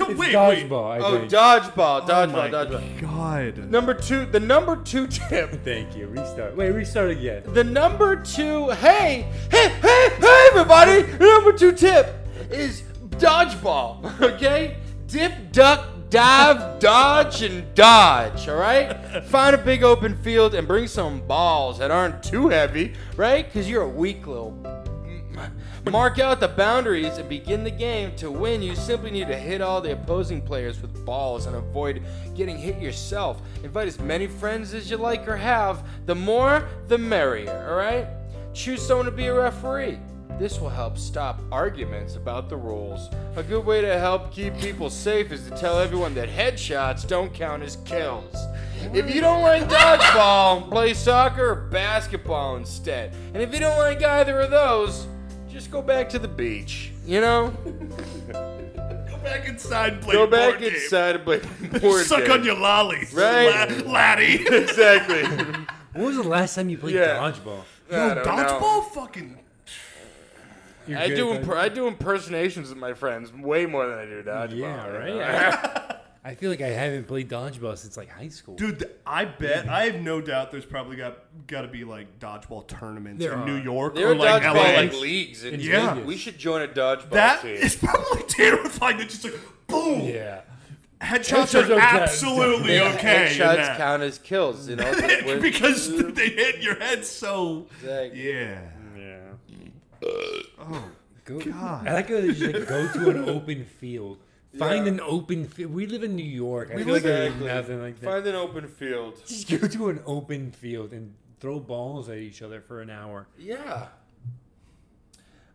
[SPEAKER 3] wait, wait. Oh
[SPEAKER 2] Dodgeball, I
[SPEAKER 4] Oh,
[SPEAKER 2] think.
[SPEAKER 4] dodgeball,
[SPEAKER 3] my
[SPEAKER 4] dodgeball, dodgeball.
[SPEAKER 3] God.
[SPEAKER 4] Number two, the number two tip.
[SPEAKER 2] Thank you. Restart. Wait, restart again.
[SPEAKER 4] The number two, hey, hey, hey, hey, everybody! The number two tip is dodgeball, okay? Dip, duck, dive, dodge, and dodge, all right? Find a big open field and bring some balls that aren't too heavy, right? Because you're a weak little Mark out the boundaries and begin the game. To win, you simply need to hit all the opposing players with balls and avoid getting hit yourself. Invite as many friends as you like or have. The more, the merrier, alright? Choose someone to be a referee. This will help stop arguments about the rules. A good way to help keep people safe is to tell everyone that headshots don't count as kills. If you don't like dodgeball, play soccer or basketball instead. And if you don't like either of those, just go back to the beach. You know?
[SPEAKER 3] Go back inside and play
[SPEAKER 4] Go back
[SPEAKER 3] board game.
[SPEAKER 4] inside and play board
[SPEAKER 3] Suck
[SPEAKER 4] game.
[SPEAKER 3] on your lollies,
[SPEAKER 4] Right.
[SPEAKER 3] la- laddie.
[SPEAKER 4] Exactly.
[SPEAKER 1] When was the last time you played
[SPEAKER 4] Yeah.
[SPEAKER 1] dodgeball?
[SPEAKER 4] I don't
[SPEAKER 3] Dodgeball,
[SPEAKER 4] know.
[SPEAKER 3] fucking.
[SPEAKER 4] I do, imp- I do impersonations with my friends way more than I do dodgeball.
[SPEAKER 1] Yeah,
[SPEAKER 4] you
[SPEAKER 1] right.
[SPEAKER 4] know?
[SPEAKER 1] I I feel like I haven't played dodgeball since like high school.
[SPEAKER 3] Dude, th- I bet I have no doubt. There's probably got got to be like dodgeball tournaments
[SPEAKER 1] There
[SPEAKER 3] in
[SPEAKER 1] are.
[SPEAKER 3] New York
[SPEAKER 4] There are
[SPEAKER 3] or like
[SPEAKER 4] dodgeball
[SPEAKER 3] LA.
[SPEAKER 4] like leagues. And
[SPEAKER 3] Yeah.
[SPEAKER 4] We should join a dodgeball
[SPEAKER 3] That
[SPEAKER 4] team.
[SPEAKER 3] is probably terrifying. It's just like boom.
[SPEAKER 1] yeah.
[SPEAKER 3] Headshots,
[SPEAKER 2] Headshots
[SPEAKER 3] are
[SPEAKER 2] are dead.
[SPEAKER 3] absolutely okay. in
[SPEAKER 4] Headshots
[SPEAKER 3] that.
[SPEAKER 4] count as kills, you know? We're-
[SPEAKER 3] because they hit your head so.
[SPEAKER 4] Exactly.
[SPEAKER 3] Yeah.
[SPEAKER 1] Oh, Go, I like how they just like go to an open field. Find an open field. We live in New York. I feel like there's
[SPEAKER 4] Exactly.
[SPEAKER 1] nothing like that.
[SPEAKER 4] Find an open field.
[SPEAKER 1] Just go to an open field and throw balls at each other for an hour.
[SPEAKER 4] Yeah.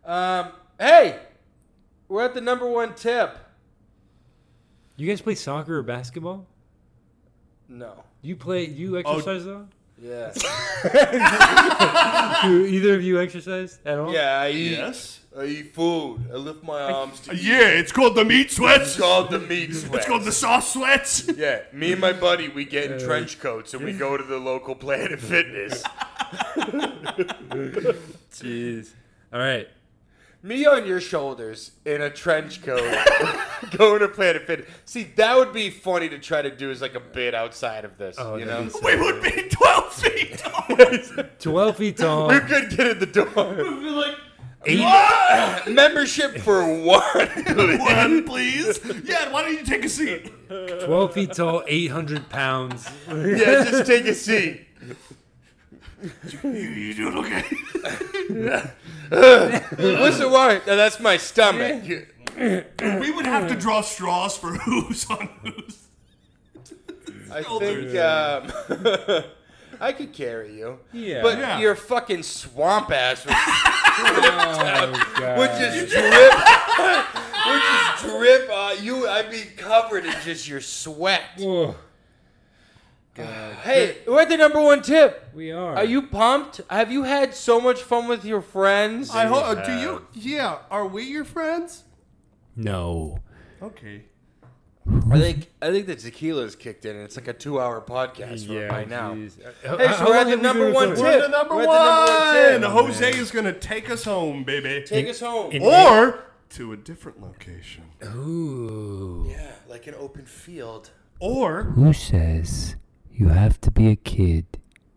[SPEAKER 4] Um, hey, we're at the number one tip.
[SPEAKER 1] You guys play soccer or basketball?
[SPEAKER 4] No.
[SPEAKER 1] You play?
[SPEAKER 4] Oh.
[SPEAKER 1] You exercise
[SPEAKER 4] Yeah.
[SPEAKER 1] though? Do either of you exercise at all?
[SPEAKER 4] yeah, I eat.
[SPEAKER 3] Yes.
[SPEAKER 4] I eat food. I lift my arms to
[SPEAKER 3] Yeah, it's called the meat
[SPEAKER 6] It's
[SPEAKER 3] sweats.
[SPEAKER 6] called the meat sweat.
[SPEAKER 3] It's called the sauce sweats.
[SPEAKER 6] yeah, me and my buddy, we get in trench coats and we go to the local Planet Fitness.
[SPEAKER 1] Jeez. All right.
[SPEAKER 4] me on your shoulders in a trench coat going to Planet Fitness. See, that would be funny to try to do as like a bit outside of this,
[SPEAKER 1] Oh,
[SPEAKER 4] you know?
[SPEAKER 1] that'd
[SPEAKER 3] We would be 12 feet tall.
[SPEAKER 1] Twelve feet tall.
[SPEAKER 4] You could get in the door.
[SPEAKER 1] Eight,
[SPEAKER 4] Membership for one.
[SPEAKER 3] One, please. Yeah, why don't you take a seat?
[SPEAKER 1] Twelve feet tall. Eight hundred pounds.
[SPEAKER 6] yeah, just take a seat.
[SPEAKER 5] You, you doing okay?
[SPEAKER 6] What's the warrant? Uh, that's my stomach.
[SPEAKER 5] we would have to draw straws for who's on who's.
[SPEAKER 6] I think um, I could carry you.
[SPEAKER 1] Yeah.
[SPEAKER 6] But
[SPEAKER 5] Yeah.
[SPEAKER 6] your fucking swamp ass was
[SPEAKER 1] Oh, God.
[SPEAKER 6] would just drip. would just drip. Uh, you, I'd be covered in just your sweat.
[SPEAKER 1] Whoa,
[SPEAKER 6] Hey, we're at the number one tip.
[SPEAKER 1] we are.
[SPEAKER 4] Are you pumped? Have you had so much fun with your friends?
[SPEAKER 3] I hope. do you? Yeah. Are we your friends?
[SPEAKER 1] No.
[SPEAKER 3] Okay.
[SPEAKER 4] I think I think the tequila's kicked in, and it's like a two-hour podcast yeah, by now.
[SPEAKER 1] Hey,
[SPEAKER 4] Hey, so we're at the number one
[SPEAKER 3] We're
[SPEAKER 4] tip.
[SPEAKER 3] the number
[SPEAKER 4] We're
[SPEAKER 3] one.
[SPEAKER 4] at the number one tip.
[SPEAKER 3] Jose is gonna take us home, baby,
[SPEAKER 4] Take us home.
[SPEAKER 3] or to a different location,
[SPEAKER 1] Ooh.
[SPEAKER 4] yeah, like an open field.
[SPEAKER 3] or
[SPEAKER 1] Who says you have to be a kid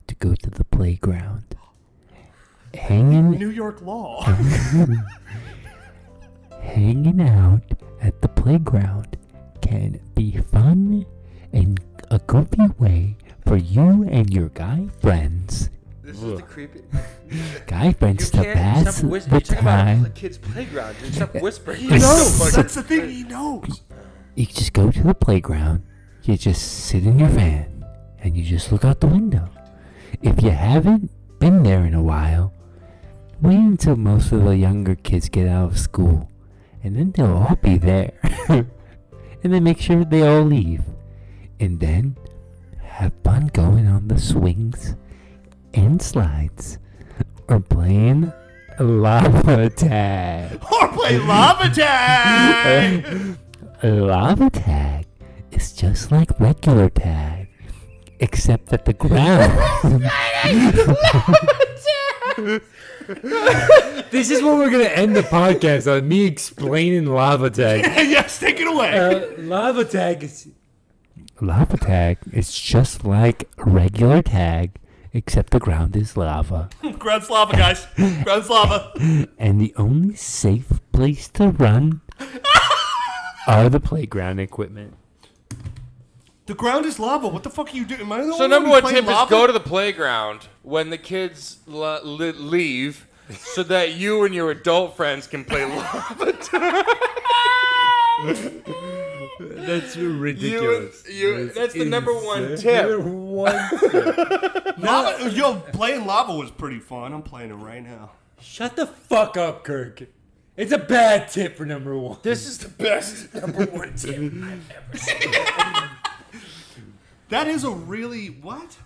[SPEAKER 1] to go to the playground? Hanging,
[SPEAKER 3] New York law.
[SPEAKER 1] hanging out at the playground can be fun and a goofy way for you and your guy friends,
[SPEAKER 4] This is the creepy.
[SPEAKER 1] guy
[SPEAKER 4] You
[SPEAKER 1] friends to
[SPEAKER 4] can't
[SPEAKER 1] pass
[SPEAKER 4] stop whispering.
[SPEAKER 1] the
[SPEAKER 4] You're talking about a
[SPEAKER 1] time.
[SPEAKER 4] kid's playground. Dude. Stop whispering.
[SPEAKER 3] That's the thing. He knows.
[SPEAKER 1] You just go to the playground. You just sit in your van and you just look out the window. If you haven't been there in a while, wait until most of the younger kids get out of school, and then they'll all be there. and then make sure they all leave, and then have fun going on the swings and slides or playing lava tag.
[SPEAKER 3] Or play lava tag.
[SPEAKER 1] Lava tag is just like regular tag, except that the ground. this is what we're gonna end the podcast on. Me explaining lava tag.
[SPEAKER 5] yes, take it away.
[SPEAKER 1] Uh, lava tag is. Lava tag is just like regular tag, except the ground is lava.
[SPEAKER 5] Ground's lava, guys. Ground's lava.
[SPEAKER 1] and the only safe place to run are the playground equipment.
[SPEAKER 3] the ground is lava. What the fuck are you doing? Am I the
[SPEAKER 4] So
[SPEAKER 3] only
[SPEAKER 4] number
[SPEAKER 3] who
[SPEAKER 4] one
[SPEAKER 3] played
[SPEAKER 4] tip is
[SPEAKER 3] lava?
[SPEAKER 4] go to the playground when the kids l- li- leave, so that you and your adult friends can play lava tag.
[SPEAKER 1] That's
[SPEAKER 4] You, and- you, that's the number one tip.
[SPEAKER 3] lava. Yo, playing lava was pretty fun. I'm playing it right now.
[SPEAKER 1] Shut the fuck up, Kirk. It's a bad tip for number one.
[SPEAKER 4] This is the best number one tip.
[SPEAKER 3] That is a really what?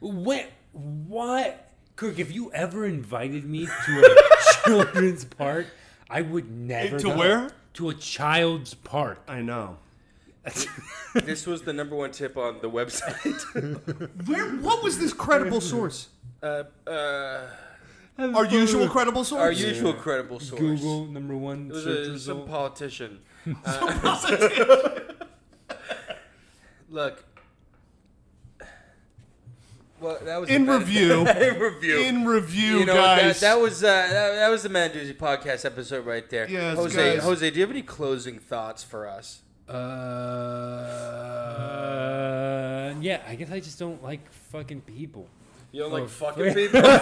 [SPEAKER 1] What? What? Kirk, if you ever invited me to a children's park, I would never.
[SPEAKER 3] To
[SPEAKER 1] go.
[SPEAKER 3] where?
[SPEAKER 1] To a child's park.
[SPEAKER 3] I know.
[SPEAKER 4] this was the number one tip on the website.
[SPEAKER 3] Where? What was this credible source?
[SPEAKER 4] Uh, uh,
[SPEAKER 3] Our usual credible source.
[SPEAKER 4] our usual credible source.
[SPEAKER 1] Google number one
[SPEAKER 4] It was
[SPEAKER 1] search
[SPEAKER 4] a, some
[SPEAKER 1] result.
[SPEAKER 4] politician. Uh, Look. Well, that was
[SPEAKER 3] in
[SPEAKER 4] the-
[SPEAKER 3] review.
[SPEAKER 4] in review.
[SPEAKER 3] in review,
[SPEAKER 4] you know
[SPEAKER 3] guys.
[SPEAKER 4] that, that was uh, that, that was the Man Doozy podcast episode right there.
[SPEAKER 3] Yes,
[SPEAKER 4] Jose,
[SPEAKER 3] guys.
[SPEAKER 4] Jose, do you have any closing thoughts for us?
[SPEAKER 1] uh, yeah, I guess I just don't like fucking people.
[SPEAKER 4] You
[SPEAKER 3] Oh,
[SPEAKER 4] don't like fucking people. hey,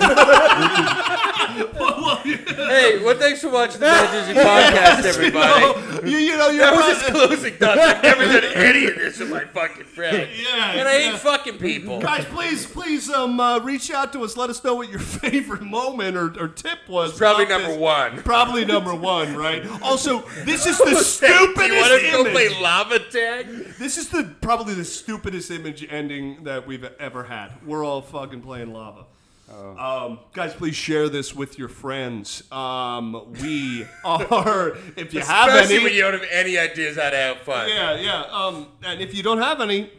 [SPEAKER 4] well, thanks for watching the Man Doozy podcast, everybody.
[SPEAKER 3] you, you know, you're
[SPEAKER 4] That was
[SPEAKER 3] right.
[SPEAKER 4] his closing thoughts. I've never done any of this with my fucking friend.
[SPEAKER 3] Yeah,
[SPEAKER 4] And I
[SPEAKER 3] yeah.
[SPEAKER 4] hate fucking people.
[SPEAKER 3] Guys, please, please, um, uh, reach out to us. Let us know what your favorite moment or, or tip was.
[SPEAKER 4] Probably
[SPEAKER 3] about
[SPEAKER 4] number
[SPEAKER 3] this.
[SPEAKER 4] one.
[SPEAKER 3] Probably number one, right? Also, this is the stupidest
[SPEAKER 4] You want to go
[SPEAKER 3] image.
[SPEAKER 4] play lava tag?
[SPEAKER 3] This is the probably the stupidest image ending that we've ever had. We're all fucking playing lava.
[SPEAKER 4] Oh.
[SPEAKER 3] Um, guys, please share this with your friends. Um, we are, if you have
[SPEAKER 4] Especially
[SPEAKER 3] any,
[SPEAKER 4] when you don't have any ideas how to have fun.
[SPEAKER 3] yeah, yeah. Um, and if you don't have any,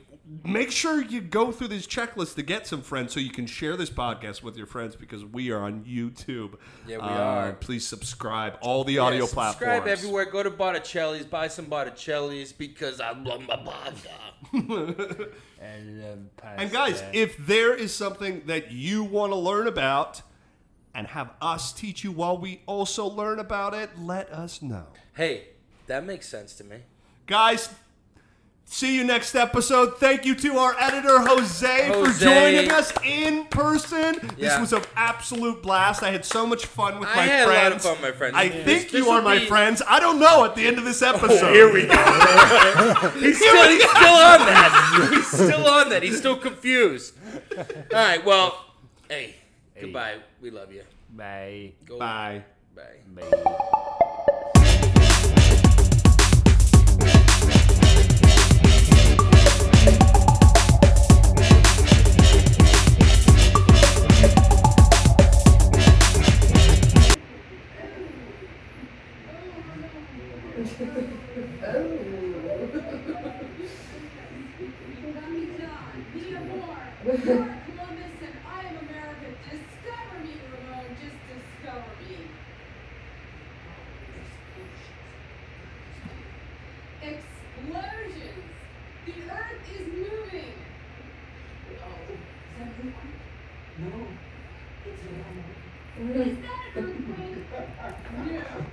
[SPEAKER 3] make sure you go through this checklist to get some friends so you can share this podcast with your friends because we are on YouTube.
[SPEAKER 4] Yeah, we
[SPEAKER 3] Uh,
[SPEAKER 4] are.
[SPEAKER 3] Please subscribe all the audio platforms.
[SPEAKER 4] subscribe everywhere. Go to Botticelli's. Buy some Botticelli's because I'm Bada.
[SPEAKER 3] And guys, if there is something that you want to learn about and have us teach you while we also learn about it, let us know.
[SPEAKER 4] Hey, that makes sense to me.
[SPEAKER 3] Guys, See you next episode. Thank you to our editor, Jose, for
[SPEAKER 7] Jose.
[SPEAKER 3] joining us in person. This
[SPEAKER 4] Yeah.
[SPEAKER 3] was an absolute blast. I had so much fun with
[SPEAKER 4] I
[SPEAKER 3] my
[SPEAKER 4] had a
[SPEAKER 3] friends.
[SPEAKER 4] lot of fun, my friends.
[SPEAKER 3] I
[SPEAKER 4] This-
[SPEAKER 3] think
[SPEAKER 4] this
[SPEAKER 3] you are
[SPEAKER 4] will
[SPEAKER 3] my
[SPEAKER 4] be- Oh,
[SPEAKER 3] friends. I don't know at the end of this episode.
[SPEAKER 4] Here we go. he's, still, he's still on that. He's still on that. He's still confused. All right. Well, hey, goodbye. We love you.
[SPEAKER 8] Bye.
[SPEAKER 4] Go
[SPEAKER 3] Bye.
[SPEAKER 4] Bye.
[SPEAKER 8] Bye.
[SPEAKER 9] Columbus and I am America. Discover me, Ramon. Just discover me. Explosions. The earth is moving. No. Is that an earthquake? No.